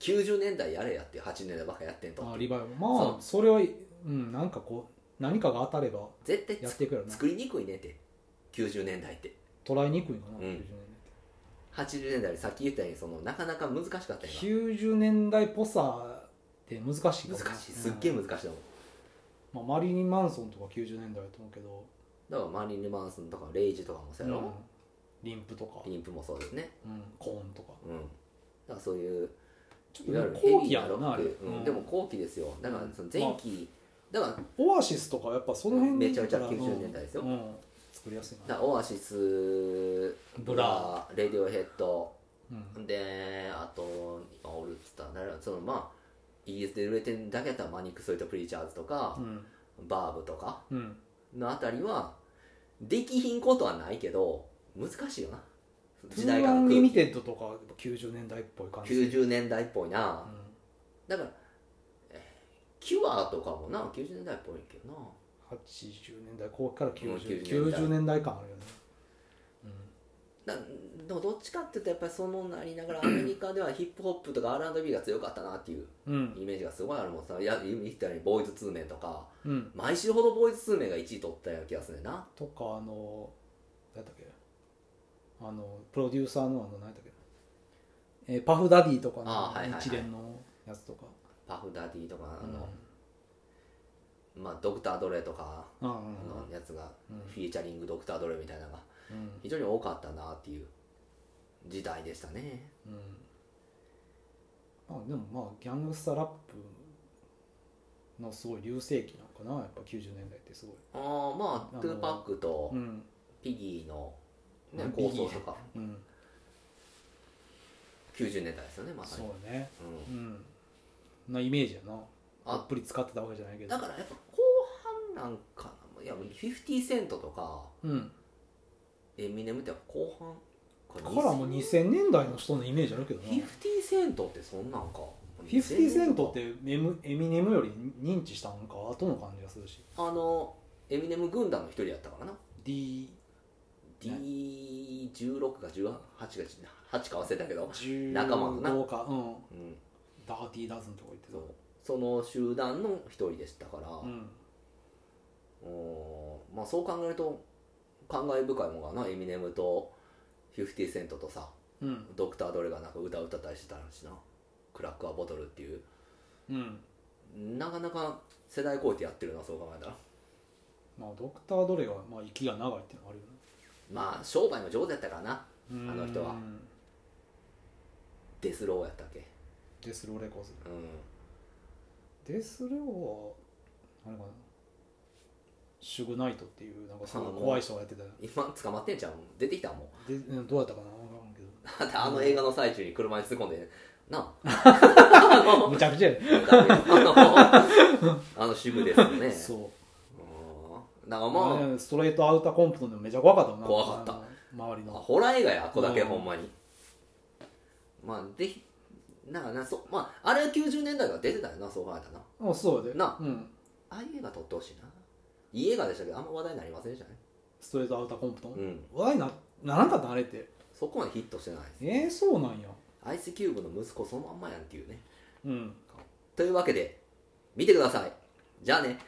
[SPEAKER 1] 90年代やれやっていう80年代ばっかやってん
[SPEAKER 2] うんあ
[SPEAKER 1] と
[SPEAKER 2] ーリバイバルまあそれはうんなんかこう何かが当たれば
[SPEAKER 1] 絶対
[SPEAKER 2] やっ
[SPEAKER 1] つ
[SPEAKER 2] ていくよな
[SPEAKER 1] 作りにくいねって90年代って
[SPEAKER 2] 捉えにくいかな、
[SPEAKER 1] うん80年代よりさっき言ったようにそのなかなか難しかったよ
[SPEAKER 2] 90年代っぽさって難しいかも
[SPEAKER 1] な
[SPEAKER 2] な
[SPEAKER 1] 難しいすっげえ難しいと思う
[SPEAKER 2] うんまあ、マリリン・マンソンとか90年代だと思うけど、
[SPEAKER 1] だからマリン・ルマンソンとかレイジとかもそうや
[SPEAKER 2] うん
[SPEAKER 1] ろ、
[SPEAKER 2] リンプとか、
[SPEAKER 1] リンプもそうですね
[SPEAKER 2] うん、コーンとか
[SPEAKER 1] うんだからそういう
[SPEAKER 2] ちょっ
[SPEAKER 1] いわゆ
[SPEAKER 2] と
[SPEAKER 1] る
[SPEAKER 2] 後期や
[SPEAKER 1] ろ
[SPEAKER 2] ろなあれ、
[SPEAKER 1] うん、でも後期ですよだからその前期、だから
[SPEAKER 2] オアシスとかやっぱその辺
[SPEAKER 1] めちゃめちゃ
[SPEAKER 2] だから
[SPEAKER 1] 90年代ですよ
[SPEAKER 2] うんうん作りやすい
[SPEAKER 1] だ
[SPEAKER 2] な
[SPEAKER 1] からオアシス
[SPEAKER 2] ブラ
[SPEAKER 1] ーレディオヘッド
[SPEAKER 2] うん
[SPEAKER 1] であと今おるっつったら誰だそのまあイギリスで売れてるだけだったらマニック・ソイト・プリーチャーズとか
[SPEAKER 2] う、ん
[SPEAKER 1] バーブとか
[SPEAKER 2] うん
[SPEAKER 1] のあたりはできひんことはないけど難しいよな
[SPEAKER 2] ト
[SPEAKER 1] 時
[SPEAKER 2] ゥー
[SPEAKER 1] 代が
[SPEAKER 2] アンリミ
[SPEAKER 1] 90
[SPEAKER 2] テッドとかやっぱ90年代っぽい感じ
[SPEAKER 1] 年代っぽいな、
[SPEAKER 2] うん
[SPEAKER 1] だからえーキュアとかもな90年代っぽいけどな
[SPEAKER 2] 80年代後期から90
[SPEAKER 1] 90
[SPEAKER 2] 90年代感あるよね、
[SPEAKER 1] だでもどっちかっていうとやっぱりそのなりなが
[SPEAKER 2] *clears throat*
[SPEAKER 1] らアメリカではヒップホップとか R&B が強かったなっていう
[SPEAKER 2] うんうん
[SPEAKER 1] イメージがすごいあるもんさいや言ったようにボーイズ2名とか
[SPEAKER 2] うん、
[SPEAKER 1] 毎週ほどボーイズ2名が1位取ったような気がするねんな
[SPEAKER 2] とかあの何だっけあのプロデューサーのあの何だっけ、えーパフダディとか
[SPEAKER 1] あーはいはいは
[SPEAKER 2] の
[SPEAKER 1] い
[SPEAKER 2] 一連のやつとか
[SPEAKER 1] パフダディとか
[SPEAKER 2] あ
[SPEAKER 1] あの、まあ、ドクター・ドレとかのやつが
[SPEAKER 2] うん
[SPEAKER 1] フィーチャリングドクター・ドレみたいなのが
[SPEAKER 2] うん
[SPEAKER 1] 非常に多かったなっていう時代でしたね
[SPEAKER 2] うん、あでもまあギャングスタラップのすごい流星期なのかなやっぱ90年代ってすごい、
[SPEAKER 1] ああま
[SPEAKER 2] あ
[SPEAKER 1] あ
[SPEAKER 2] の
[SPEAKER 1] トゥーパックと
[SPEAKER 2] うん
[SPEAKER 1] ピギーの、ね
[SPEAKER 2] うん、
[SPEAKER 1] 構想とか
[SPEAKER 2] うん、
[SPEAKER 1] 90年代ですよねまさ
[SPEAKER 2] そ
[SPEAKER 1] に、
[SPEAKER 2] うね
[SPEAKER 1] うん
[SPEAKER 2] うんなイメージやな
[SPEAKER 1] あ
[SPEAKER 2] たっぷり使ってたわけじゃないけど
[SPEAKER 1] だからやっぱ後半なんかないや50セントとか
[SPEAKER 2] うん
[SPEAKER 1] エミネムってやっぱ後半
[SPEAKER 2] からもう2000年代の人のイメージあるけどな
[SPEAKER 1] 50セントってそんなんか
[SPEAKER 2] 50セントってエムエミネムより認知したんか後の感じがするし
[SPEAKER 1] あのエミネム軍団の一人やったからな
[SPEAKER 2] D16
[SPEAKER 1] D16 か18か8か忘れたけど、仲間のな
[SPEAKER 2] かうん
[SPEAKER 1] うん、
[SPEAKER 2] ダーティーダズンとか言ってた
[SPEAKER 1] そうその集団の一人でしたから、
[SPEAKER 2] ん
[SPEAKER 1] おーまあ、そう考えると感慨深いもんがなエミネムと50セントとさ
[SPEAKER 2] うん
[SPEAKER 1] ドクター・ドレがなんか歌歌ったりしてたらしな「クラック・ア・ボトル」っていう
[SPEAKER 2] うん
[SPEAKER 1] なかなか世代超えてやってるなそう考えたら
[SPEAKER 2] まあドクター・ドレが、まあ、息が長いっていうのはあるよね
[SPEAKER 1] まあ商売も上手やったからなあの人は
[SPEAKER 2] うん
[SPEAKER 1] デスローやったっけ
[SPEAKER 2] デスローレコーズ
[SPEAKER 1] う
[SPEAKER 2] デスローはあれかなシュグナイトっていうなんかすごい怖い人がやってたよ
[SPEAKER 1] ん今捕まってんちゃう出てきたもん *laughs*
[SPEAKER 2] でうんどうやったかな分からんけど
[SPEAKER 1] だってあの映画の最中に車に突っ込んでな
[SPEAKER 2] むちゃくちゃや
[SPEAKER 1] ああのあの主婦ですよね
[SPEAKER 2] でそう
[SPEAKER 1] うんだからまあ、
[SPEAKER 2] ねストレートアウターコンプトンでもめちゃ怖かったもんな
[SPEAKER 1] 怖かった
[SPEAKER 2] た周り
[SPEAKER 1] まあ
[SPEAKER 2] の
[SPEAKER 1] ホラー映画やあっこだけ
[SPEAKER 2] うん
[SPEAKER 1] ほんまにまあぜひなんかなそまああれは90年代から出てたよなそう考えたらな
[SPEAKER 2] あそうやで
[SPEAKER 1] な
[SPEAKER 2] うん、
[SPEAKER 1] ああいう映画撮ってほしいないい映画でしたけどあんま話題になりませんでしたね
[SPEAKER 2] ストレートアウターコンプトン、
[SPEAKER 1] うん
[SPEAKER 2] 話題になならんかったんあれって
[SPEAKER 1] そこまでヒットしてないです
[SPEAKER 2] えー、そうなんや
[SPEAKER 1] アイスキューブの息子そのまんまやんっていうね
[SPEAKER 2] うん
[SPEAKER 1] というわけで見てくださいじゃあね